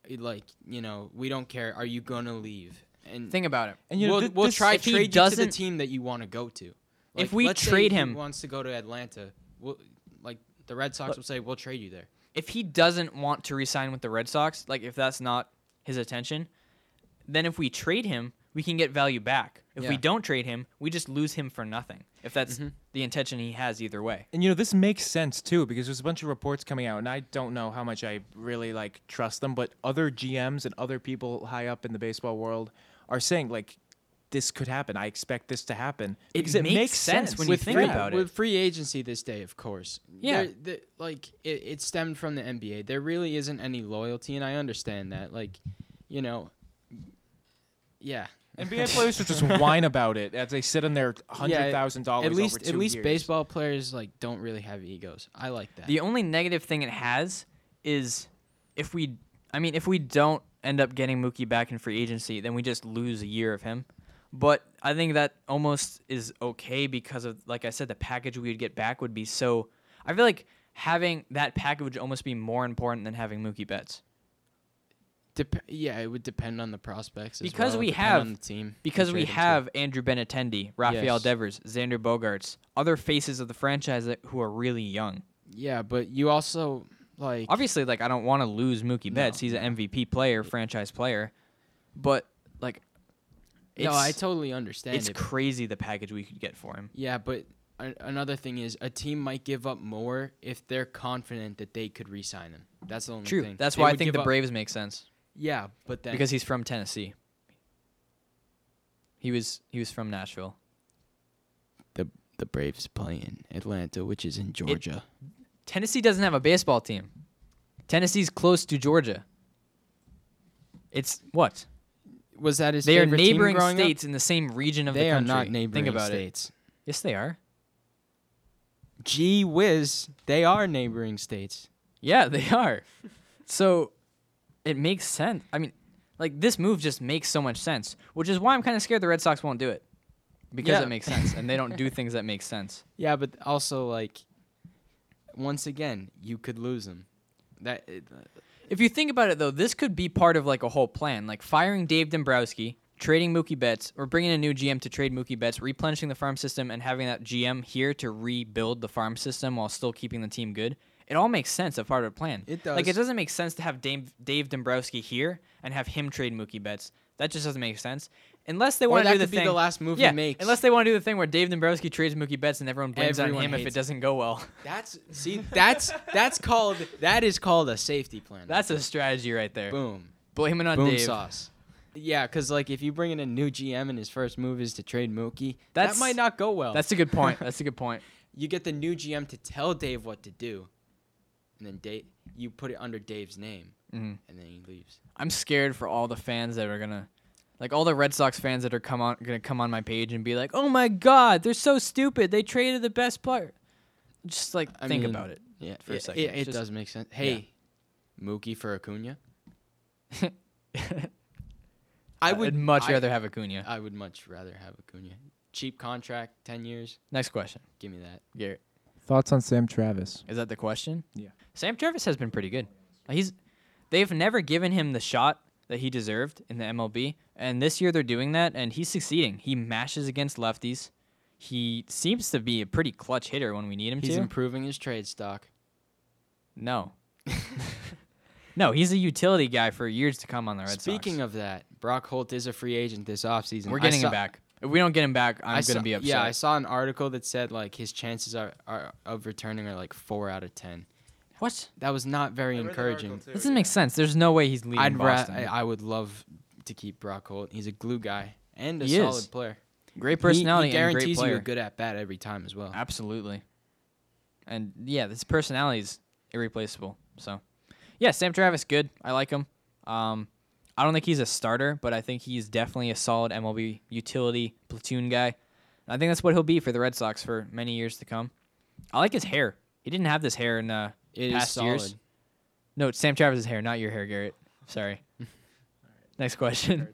[SPEAKER 3] eh, like you know, we don't care. Are you gonna leave? And
[SPEAKER 1] Think about it.
[SPEAKER 2] And you know,
[SPEAKER 3] we'll,
[SPEAKER 2] thi-
[SPEAKER 3] we'll
[SPEAKER 2] this-
[SPEAKER 3] try
[SPEAKER 1] if he
[SPEAKER 3] trade you to the
[SPEAKER 1] doesn't-
[SPEAKER 3] team that you want to go to.
[SPEAKER 1] If
[SPEAKER 3] Like,
[SPEAKER 1] we
[SPEAKER 3] let's say
[SPEAKER 1] trade
[SPEAKER 3] he
[SPEAKER 1] him-
[SPEAKER 3] wants to go to Atlanta. We'll, like the Red Sox will say, we'll trade you there.
[SPEAKER 1] if he doesn't want to resign with the Red Sox, like if that's not his attention, then if we trade him, we can get value back. If we
[SPEAKER 3] Yeah.
[SPEAKER 1] don't trade him, we just lose him for nothing. If that's the intention he has either way.
[SPEAKER 2] and you know this makes sense too because there's a bunch of reports coming out and i don't know how much i really like trust them but other gms and other people high up in the baseball world are saying like this could happen i expect this to happen
[SPEAKER 1] It
[SPEAKER 2] because
[SPEAKER 1] makes sense when you
[SPEAKER 2] with
[SPEAKER 1] think
[SPEAKER 2] free-
[SPEAKER 1] about it.
[SPEAKER 3] With free agency this day, of course.
[SPEAKER 1] Yeah.
[SPEAKER 3] There- the- like it, it stemmed from the NBA. There really isn't any loyalty, and I understand that. Like, you know, yeah.
[SPEAKER 2] nba players should just whine about it as they sit on their hundred thousand dollars
[SPEAKER 3] At least,
[SPEAKER 2] over two
[SPEAKER 3] at least
[SPEAKER 2] years.
[SPEAKER 3] baseball players like don't really have egos. I like that.
[SPEAKER 1] The only negative thing it has is if we I mean if we don't end up getting Mookie back in free agency, then we just lose a year of him. But I think that almost is okay because of like I said the package we would get back would be so I feel like having that package would almost be more important than having Mookie Betts.
[SPEAKER 3] Dep- yeah, it would depend on the prospects. as
[SPEAKER 1] Because
[SPEAKER 3] well,
[SPEAKER 1] we
[SPEAKER 3] depend
[SPEAKER 1] have-
[SPEAKER 3] on the team.
[SPEAKER 1] Because
[SPEAKER 3] You
[SPEAKER 1] we
[SPEAKER 3] trade them to.
[SPEAKER 1] have Andrew Benatendi, Rafael
[SPEAKER 3] Yes.
[SPEAKER 1] Devers, Xander Bogarts, other faces of the franchise that, who are really young.
[SPEAKER 3] Yeah, but you also like
[SPEAKER 1] Obviously, like I don't want to lose Mookie Betts. He's an MVP player, franchise player, but like, it's,
[SPEAKER 3] No, I totally understand
[SPEAKER 1] it's
[SPEAKER 3] it.
[SPEAKER 1] crazy the package we could get for him.
[SPEAKER 3] yeah, but a- another thing is a team might give up more if they're confident that they could re-sign him. That's the only
[SPEAKER 1] True.
[SPEAKER 3] thing.
[SPEAKER 1] That's
[SPEAKER 3] They
[SPEAKER 1] why I
[SPEAKER 3] would
[SPEAKER 1] think
[SPEAKER 3] give
[SPEAKER 1] the
[SPEAKER 3] up-
[SPEAKER 1] Braves make sense
[SPEAKER 3] Yeah, but then
[SPEAKER 1] because he's from Tennessee. He was he was from Nashville.
[SPEAKER 3] the the Braves play in Atlanta, which is in Georgia.
[SPEAKER 1] Tennessee doesn't have a baseball team. Tennessee's close to Georgia. It's what?
[SPEAKER 3] Was that his?
[SPEAKER 1] They are
[SPEAKER 3] favorite team
[SPEAKER 1] neighboring
[SPEAKER 3] growing up?
[SPEAKER 1] states in the same region of
[SPEAKER 3] They
[SPEAKER 1] the
[SPEAKER 3] are
[SPEAKER 1] country.
[SPEAKER 3] not neighboring
[SPEAKER 1] Think about it.
[SPEAKER 3] states.
[SPEAKER 1] Yes, they are.
[SPEAKER 3] Gee whiz, they are neighboring states.
[SPEAKER 1] Yeah, they are. so it makes sense. I mean, like this move just makes so much sense, which is why I'm kind of scared the Red Sox won't do it because
[SPEAKER 3] Yeah.
[SPEAKER 1] it makes sense and they don't do things that make sense.
[SPEAKER 3] Yeah, but also like, once again, you could lose him. That it-
[SPEAKER 1] If you think about it though, this could be part of like a whole plan, like firing Dave Dombrowski, trading Mookie Betts, or bringing a new GM to trade Mookie Betts, replenishing the farm system and having that GM here to rebuild the farm system while still keeping the team good. It all makes sense as part of a plan.
[SPEAKER 3] It
[SPEAKER 1] Like it
[SPEAKER 3] does.
[SPEAKER 1] doesn't make sense to have Dave, Dave Dombrowski here and have him trade Mookie Betts. That just doesn't make sense. Unless they want
[SPEAKER 3] that
[SPEAKER 1] to do the
[SPEAKER 3] could be
[SPEAKER 1] thing.
[SPEAKER 3] the last move he
[SPEAKER 1] yeah,
[SPEAKER 3] makes.
[SPEAKER 1] Unless they want to do the thing where Dave Dombrowski trades Mookie Betts and everyone blames
[SPEAKER 3] Everyone
[SPEAKER 1] on him if
[SPEAKER 3] hates
[SPEAKER 1] it
[SPEAKER 3] him.
[SPEAKER 1] doesn't go well.
[SPEAKER 3] That's see, that's that's called that is called a safety plan.
[SPEAKER 1] That's a strategy right there.
[SPEAKER 3] boom,
[SPEAKER 1] Blame it on
[SPEAKER 3] boom
[SPEAKER 1] Dave.
[SPEAKER 3] sauce. Yeah, because like if you bring in a new GM and his first move is to trade Mookie,
[SPEAKER 1] That's-
[SPEAKER 3] that might not go well.
[SPEAKER 1] That's a good point. That's a good point.
[SPEAKER 3] you get the new GM to tell Dave what to do, and then Dave, you put it under Dave's name,
[SPEAKER 1] Mhm.
[SPEAKER 3] and then he leaves.
[SPEAKER 1] I'm scared for all the fans that are gonna, like all the Red Sox fans that are come on gonna come on my page and be like, "Oh my God, they're so stupid. They traded the best player." Just like
[SPEAKER 3] I
[SPEAKER 1] think
[SPEAKER 3] mean,
[SPEAKER 1] about it.
[SPEAKER 3] Yeah,
[SPEAKER 1] for a
[SPEAKER 3] it-
[SPEAKER 1] second.
[SPEAKER 3] It, it
[SPEAKER 1] Just-
[SPEAKER 3] does make sense. Hey, Mookie for Acuna. I would
[SPEAKER 1] I'd much
[SPEAKER 3] I-
[SPEAKER 1] rather have Acuna.
[SPEAKER 3] I would much rather have Acuna. Cheap contract, ten years.
[SPEAKER 1] Next question,
[SPEAKER 3] Give me that.
[SPEAKER 1] Garrett.
[SPEAKER 2] Thoughts on Sam Travis?
[SPEAKER 1] Is that the question?
[SPEAKER 2] Yeah.
[SPEAKER 1] Sam Travis has been pretty good. He's they've never given him the shot that he deserved in the MLB, and this year they're doing that, and he's succeeding. He mashes against lefties. He seems to be a pretty clutch hitter when we need him
[SPEAKER 3] He's
[SPEAKER 1] to.
[SPEAKER 3] improving his trade stock.
[SPEAKER 1] no. no, he's a utility guy for years to come on the Red
[SPEAKER 3] Speaking
[SPEAKER 1] Sox.
[SPEAKER 3] of that, Brock Holt is a free agent this offseason.
[SPEAKER 1] we're
[SPEAKER 3] I
[SPEAKER 1] getting
[SPEAKER 3] saw-
[SPEAKER 1] him back. If we don't get him back, I'm
[SPEAKER 3] I
[SPEAKER 1] gonna
[SPEAKER 3] saw-
[SPEAKER 1] be upset.
[SPEAKER 3] Yeah, I saw an article that said like his chances are, are of returning are like four out of ten.
[SPEAKER 1] what?
[SPEAKER 3] That was not very encouraging.
[SPEAKER 1] This doesn't make sense. There's no way he's leaving
[SPEAKER 3] I'd ra-
[SPEAKER 1] Boston.
[SPEAKER 3] I, I would love to keep Brock Holt. He's a glue guy and a
[SPEAKER 1] He
[SPEAKER 3] solid
[SPEAKER 1] is.
[SPEAKER 3] player.
[SPEAKER 1] great
[SPEAKER 3] He-
[SPEAKER 1] personality
[SPEAKER 3] he,
[SPEAKER 1] and
[SPEAKER 3] guarantees
[SPEAKER 1] great player.
[SPEAKER 3] you a good at bat every time as well.
[SPEAKER 1] Absolutely. And yeah, this personality is irreplaceable. So, yeah, Sam Travis, good. I like him. Um, I don't think he's a starter, but I think he's definitely a solid MLB utility platoon guy. And I think that's what he'll be for the Red Sox for many years to come. I like his hair. He didn't have this hair in uh,
[SPEAKER 3] It is
[SPEAKER 1] past
[SPEAKER 3] solid.
[SPEAKER 1] years. No, it's Sam Travis's hair, not your hair, Garrett. Sorry. Next question.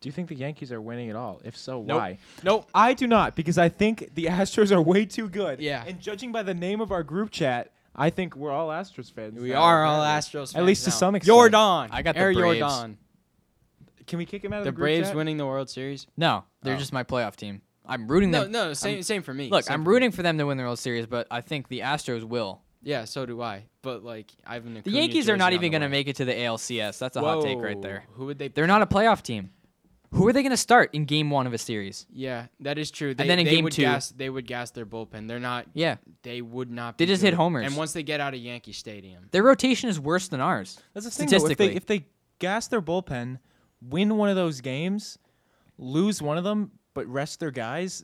[SPEAKER 2] Do you think the Yankees are winning at all? If so,
[SPEAKER 1] Nope.
[SPEAKER 2] why? Nope. I do not because I think the Astros are way too good.
[SPEAKER 3] Yeah.
[SPEAKER 2] And judging by the name of our group chat, I think we're all Astros fans.
[SPEAKER 3] We
[SPEAKER 2] now,
[SPEAKER 3] are all
[SPEAKER 2] apparently.
[SPEAKER 3] Astros.
[SPEAKER 2] At least to some extent.
[SPEAKER 3] Jordan.
[SPEAKER 1] I got the
[SPEAKER 3] Air
[SPEAKER 1] Braves.
[SPEAKER 3] Jordan.
[SPEAKER 2] Can we kick him out of
[SPEAKER 3] The
[SPEAKER 2] the, group
[SPEAKER 3] Braves
[SPEAKER 2] chat?
[SPEAKER 3] winning the World Series.
[SPEAKER 1] No, they're
[SPEAKER 2] Oh.
[SPEAKER 1] just my playoff team. I'm rooting
[SPEAKER 3] No,
[SPEAKER 1] them.
[SPEAKER 3] no, same, same for me.
[SPEAKER 1] Look,
[SPEAKER 3] same
[SPEAKER 1] I'm
[SPEAKER 3] for me.
[SPEAKER 1] rooting for them to win the World Series, but I think the Astros will.
[SPEAKER 3] Yeah, so do I. But like, I've been.
[SPEAKER 1] The Yankees are not even going to make it to the ALCS. That's a hot take right there.
[SPEAKER 3] Who would they?
[SPEAKER 1] They're not a playoff team. Who are they going to start in game one of a series?
[SPEAKER 3] Yeah, that is true. They,
[SPEAKER 1] then in
[SPEAKER 3] they
[SPEAKER 1] game
[SPEAKER 3] would
[SPEAKER 1] two-
[SPEAKER 3] gas, they would gas their bullpen. They're not.
[SPEAKER 1] Yeah.
[SPEAKER 3] They would not.
[SPEAKER 1] They
[SPEAKER 3] be
[SPEAKER 1] just hit
[SPEAKER 3] good.
[SPEAKER 1] homers.
[SPEAKER 3] And once they get out of Yankee Stadium,
[SPEAKER 1] Their rotation is worse than ours.
[SPEAKER 2] That's the thing. Though, if,
[SPEAKER 1] statistically.
[SPEAKER 2] they, if they gas their bullpen, win one of those games, lose one of them, but rest their guys,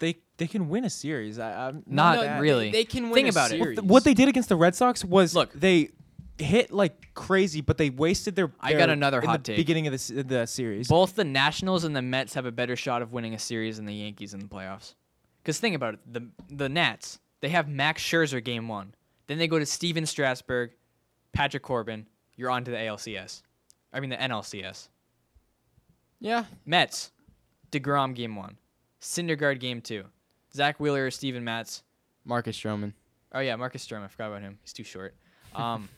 [SPEAKER 2] they they can win a series. I, I'm
[SPEAKER 1] Not
[SPEAKER 2] that-
[SPEAKER 3] they-
[SPEAKER 1] really.
[SPEAKER 3] They can win.
[SPEAKER 1] Think
[SPEAKER 3] a
[SPEAKER 1] about it. Well,
[SPEAKER 3] series.
[SPEAKER 2] Th- What they did against the Red Sox was
[SPEAKER 1] Look.
[SPEAKER 2] they hit like crazy, but they wasted their.
[SPEAKER 1] I got
[SPEAKER 2] their-
[SPEAKER 1] another
[SPEAKER 2] in
[SPEAKER 1] hot
[SPEAKER 2] the
[SPEAKER 1] take.
[SPEAKER 2] Beginning of the, se- the series.
[SPEAKER 1] Both the Nationals and the Mets have a better shot of winning a series than the Yankees in the playoffs. Because think about it, the the Nats they have Max Scherzer game one, then they go to Steven Strasburg, Patrick Corbin. You're on to the ALCS, I mean the NLCS.
[SPEAKER 3] Yeah.
[SPEAKER 1] Mets, Degrom game one, Syndergaard game two, Zach Wheeler or Steven Matz.
[SPEAKER 3] Marcus Stroman.
[SPEAKER 1] Oh yeah, Marcus Sturm. I forgot about him. He's too short. Um,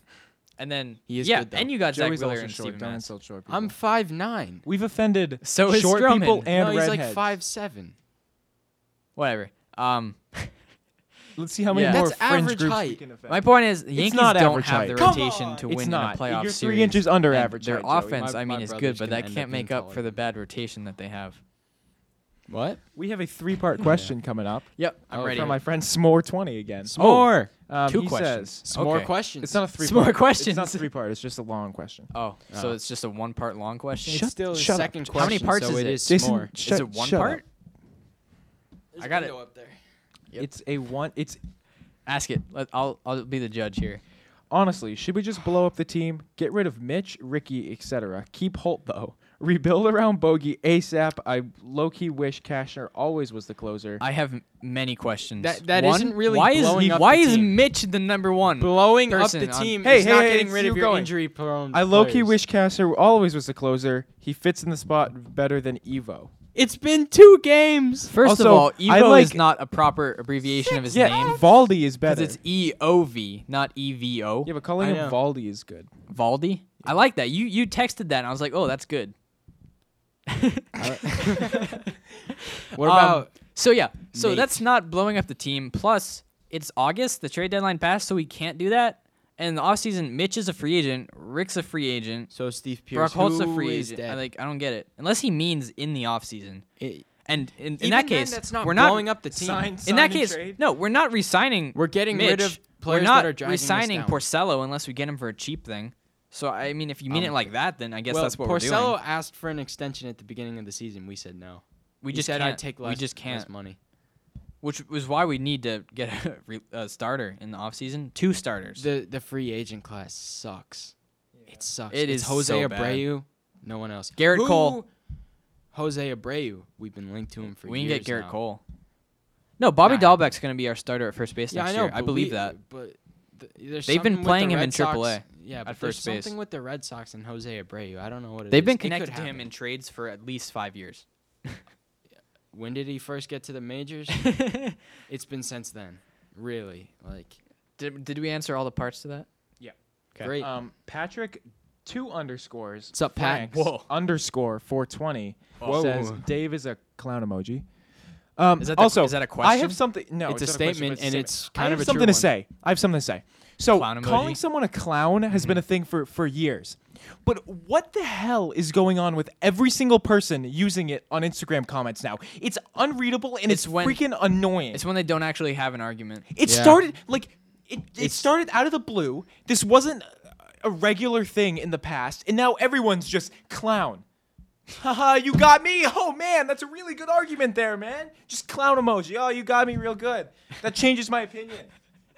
[SPEAKER 1] and then
[SPEAKER 3] He is
[SPEAKER 1] yeah,
[SPEAKER 3] good, though.
[SPEAKER 1] and you got
[SPEAKER 2] Joey's
[SPEAKER 1] Zach Wheeler
[SPEAKER 2] also
[SPEAKER 1] and
[SPEAKER 2] short.
[SPEAKER 1] Steven
[SPEAKER 2] Don't
[SPEAKER 1] Matz.
[SPEAKER 2] insult short people.
[SPEAKER 3] I'm five nine.
[SPEAKER 2] We've offended
[SPEAKER 1] So is
[SPEAKER 2] short
[SPEAKER 1] Stroman.
[SPEAKER 2] people and
[SPEAKER 3] no, he's like
[SPEAKER 2] redheads.
[SPEAKER 3] five seven.
[SPEAKER 1] Whatever. Um,
[SPEAKER 2] Let's see how many
[SPEAKER 1] Yeah.
[SPEAKER 2] more
[SPEAKER 3] That's
[SPEAKER 2] fringe
[SPEAKER 3] average
[SPEAKER 2] groups we
[SPEAKER 3] height.
[SPEAKER 2] can offend.
[SPEAKER 1] my point is, the Yankees
[SPEAKER 2] not
[SPEAKER 1] don't
[SPEAKER 2] average
[SPEAKER 1] have the
[SPEAKER 2] height. Come
[SPEAKER 1] rotation
[SPEAKER 2] on.
[SPEAKER 1] to
[SPEAKER 2] It's
[SPEAKER 1] win
[SPEAKER 2] not.
[SPEAKER 1] in a playoff
[SPEAKER 2] You're three
[SPEAKER 1] series.
[SPEAKER 2] inches under
[SPEAKER 1] And
[SPEAKER 2] average
[SPEAKER 1] Their
[SPEAKER 2] height, Joey.
[SPEAKER 1] offense,
[SPEAKER 3] My-
[SPEAKER 1] I mean,
[SPEAKER 3] my
[SPEAKER 1] is good,
[SPEAKER 3] brother's
[SPEAKER 1] but
[SPEAKER 3] gonna
[SPEAKER 1] that
[SPEAKER 3] end up
[SPEAKER 1] can't
[SPEAKER 3] being
[SPEAKER 1] make up
[SPEAKER 3] taller
[SPEAKER 1] for the
[SPEAKER 3] than
[SPEAKER 1] bad rotation that they have.
[SPEAKER 3] What?
[SPEAKER 2] We have a three-part question coming up.
[SPEAKER 1] Yep, I'm
[SPEAKER 3] Oh,
[SPEAKER 1] ready.
[SPEAKER 2] From my friend S'more Twenty again.
[SPEAKER 3] More.
[SPEAKER 2] Um,
[SPEAKER 1] Two
[SPEAKER 2] he
[SPEAKER 1] questions.
[SPEAKER 2] says-
[SPEAKER 3] Some
[SPEAKER 1] Oh.
[SPEAKER 3] More
[SPEAKER 1] Uh, Okay.
[SPEAKER 3] questions.
[SPEAKER 2] it's not a three.
[SPEAKER 1] more
[SPEAKER 2] It's not
[SPEAKER 1] questions.
[SPEAKER 2] a three-part. It's just a long question.
[SPEAKER 1] oh, so
[SPEAKER 3] Oh.
[SPEAKER 1] it's just a one-part long question.
[SPEAKER 3] It's
[SPEAKER 2] Shut-
[SPEAKER 3] still the
[SPEAKER 2] shut up.
[SPEAKER 3] second question.
[SPEAKER 1] How many parts
[SPEAKER 3] so
[SPEAKER 1] is it?
[SPEAKER 3] is
[SPEAKER 2] Jason,
[SPEAKER 3] more.
[SPEAKER 2] shut-
[SPEAKER 1] is it one
[SPEAKER 2] shut up.
[SPEAKER 1] part? I got it.
[SPEAKER 3] Up there.
[SPEAKER 1] Yep.
[SPEAKER 2] It's a one. It's
[SPEAKER 1] Ask it. Let, I'll I'll be the judge here.
[SPEAKER 2] honestly, should we just blow up the team, get rid of Mitch, Ricky, etc. Keep Holt though. Rebuild around Bogey ASAP. I low key wish Cashner always was the closer.
[SPEAKER 1] I have m- many questions.
[SPEAKER 3] That- that
[SPEAKER 1] one,
[SPEAKER 3] isn't really
[SPEAKER 1] why is
[SPEAKER 3] blowing
[SPEAKER 1] he-
[SPEAKER 3] up
[SPEAKER 1] why
[SPEAKER 3] the
[SPEAKER 1] is
[SPEAKER 3] team.
[SPEAKER 1] Mitch the number one?
[SPEAKER 3] Blowing up
[SPEAKER 1] person
[SPEAKER 3] the
[SPEAKER 1] on-
[SPEAKER 3] team
[SPEAKER 2] Hey,
[SPEAKER 3] is
[SPEAKER 2] hey,
[SPEAKER 3] not
[SPEAKER 2] hey,
[SPEAKER 3] getting
[SPEAKER 2] it's
[SPEAKER 3] rid
[SPEAKER 2] you
[SPEAKER 3] of your
[SPEAKER 2] going.
[SPEAKER 3] injury prone.
[SPEAKER 2] I low key wish Cashner always was the closer. He fits in the spot better than Evo.
[SPEAKER 3] It's been two games.
[SPEAKER 1] First
[SPEAKER 2] Also,
[SPEAKER 1] of all,
[SPEAKER 2] I
[SPEAKER 1] Evo
[SPEAKER 2] like-
[SPEAKER 1] is not a proper abbreviation of his
[SPEAKER 2] Yeah,
[SPEAKER 1] name
[SPEAKER 2] Valdi is
[SPEAKER 1] because
[SPEAKER 2] better.
[SPEAKER 1] it's E O V, not E V O.
[SPEAKER 2] yeah, but calling
[SPEAKER 3] I
[SPEAKER 2] him
[SPEAKER 3] know.
[SPEAKER 2] Valdi is good.
[SPEAKER 1] Valdi. I like that. You you texted that, and I was like, oh, that's good.
[SPEAKER 3] What
[SPEAKER 1] Um,
[SPEAKER 3] about
[SPEAKER 1] so yeah, so
[SPEAKER 3] Nate?
[SPEAKER 1] that's not blowing up the team. Plus, it's August. The trade deadline passed, so we can't do that. And in the offseason, Mitch is a free agent. Rick's a free agent.
[SPEAKER 3] so Steve
[SPEAKER 1] Brock
[SPEAKER 3] Pierce?
[SPEAKER 1] Holt's a
[SPEAKER 3] who
[SPEAKER 1] free
[SPEAKER 3] is
[SPEAKER 1] agent.
[SPEAKER 3] dead?
[SPEAKER 1] I, like I don't get it. Unless he means in the offseason.
[SPEAKER 3] It-
[SPEAKER 1] And in, in
[SPEAKER 3] Even
[SPEAKER 1] that
[SPEAKER 3] then,
[SPEAKER 1] case,
[SPEAKER 3] that's not
[SPEAKER 1] we're not
[SPEAKER 3] blowing up the team.
[SPEAKER 2] Signs.
[SPEAKER 1] in that
[SPEAKER 2] sign and
[SPEAKER 1] case,
[SPEAKER 2] trade?
[SPEAKER 1] no, we're not resigning.
[SPEAKER 3] We're getting rid
[SPEAKER 1] Mitch.
[SPEAKER 3] of players
[SPEAKER 1] we're
[SPEAKER 3] that
[SPEAKER 1] not
[SPEAKER 3] are dragging us
[SPEAKER 1] resigning
[SPEAKER 3] down.
[SPEAKER 1] Porcello unless we get him for a cheap thing. So I mean, if you mean
[SPEAKER 3] Um,
[SPEAKER 1] it like that, then I guess
[SPEAKER 3] well,
[SPEAKER 1] that's what
[SPEAKER 3] Porcello
[SPEAKER 1] we're doing.
[SPEAKER 3] asked for an extension at the beginning of the season. We said no.
[SPEAKER 1] We
[SPEAKER 3] He
[SPEAKER 1] just
[SPEAKER 3] said
[SPEAKER 1] can't.
[SPEAKER 3] I'd take
[SPEAKER 1] we
[SPEAKER 3] less-
[SPEAKER 1] just
[SPEAKER 3] less
[SPEAKER 1] can't.
[SPEAKER 3] money.
[SPEAKER 1] which was why we need to get a, re- a starter in the offseason. Two starters.
[SPEAKER 3] The the free agent class sucks. It sucks.
[SPEAKER 1] It
[SPEAKER 3] It's
[SPEAKER 1] is
[SPEAKER 3] Jose
[SPEAKER 1] so bad.
[SPEAKER 3] Abreu. No one else.
[SPEAKER 1] Garrett
[SPEAKER 3] Who-
[SPEAKER 1] Cole.
[SPEAKER 3] Jose Abreu. We've been linked to him for
[SPEAKER 1] we
[SPEAKER 3] years
[SPEAKER 1] can get Garrett
[SPEAKER 3] now.
[SPEAKER 1] Cole. No, Bobby
[SPEAKER 3] Yeah.
[SPEAKER 1] Dahlbeck's going to be our starter at first base
[SPEAKER 3] Yeah,
[SPEAKER 1] next
[SPEAKER 3] I know.
[SPEAKER 1] year. I
[SPEAKER 3] but
[SPEAKER 1] believe
[SPEAKER 3] we-
[SPEAKER 1] that.
[SPEAKER 3] But th- there's
[SPEAKER 1] They've been
[SPEAKER 3] something with
[SPEAKER 1] playing
[SPEAKER 3] the
[SPEAKER 1] him in
[SPEAKER 3] Red Sox-
[SPEAKER 1] AAA
[SPEAKER 3] Yeah, but
[SPEAKER 1] at
[SPEAKER 3] there's
[SPEAKER 1] first base.
[SPEAKER 3] something with the Red Sox and Jose Abreu. I don't know what it
[SPEAKER 1] They've
[SPEAKER 3] is.
[SPEAKER 1] been
[SPEAKER 3] It could
[SPEAKER 1] connected to him
[SPEAKER 3] happen.
[SPEAKER 1] in trades for at least five years.
[SPEAKER 3] when did he first get to the majors?
[SPEAKER 1] did,
[SPEAKER 3] it's been since then. Really, like
[SPEAKER 1] did we answer all the parts to that?
[SPEAKER 3] great.
[SPEAKER 2] Um, Patrick, two underscores.
[SPEAKER 3] What's up, Pat?
[SPEAKER 2] Franks, Underscore 420
[SPEAKER 3] Whoa.
[SPEAKER 2] says Dave is a clown emoji. Um,
[SPEAKER 1] Is that the-
[SPEAKER 2] also,
[SPEAKER 1] is that a
[SPEAKER 2] I
[SPEAKER 1] question?
[SPEAKER 2] have something. No,
[SPEAKER 3] It's a
[SPEAKER 2] not question,
[SPEAKER 3] statement,
[SPEAKER 2] but it's a
[SPEAKER 3] and
[SPEAKER 2] statement.
[SPEAKER 3] it's
[SPEAKER 2] I
[SPEAKER 3] kind
[SPEAKER 2] have
[SPEAKER 3] of a true
[SPEAKER 2] something to
[SPEAKER 3] one.
[SPEAKER 2] say. I have something to say. So
[SPEAKER 1] Clown emoji?
[SPEAKER 2] calling someone a clown has
[SPEAKER 3] Mm-hmm.
[SPEAKER 2] been a thing for for years, but what the hell is going on with every single person using it on Instagram comments now? It's unreadable and it's,
[SPEAKER 1] It's when-
[SPEAKER 2] freaking annoying.
[SPEAKER 1] It's when they don't actually have an argument.
[SPEAKER 2] It
[SPEAKER 3] Yeah.
[SPEAKER 2] started like it, it
[SPEAKER 3] It's-
[SPEAKER 2] started out of the blue. This wasn't a regular thing in the past, and now everyone's just clown. Haha, you got me. Oh man, that's a really good argument there, man. Just clown emoji. Oh, you got me real good. That changes my opinion.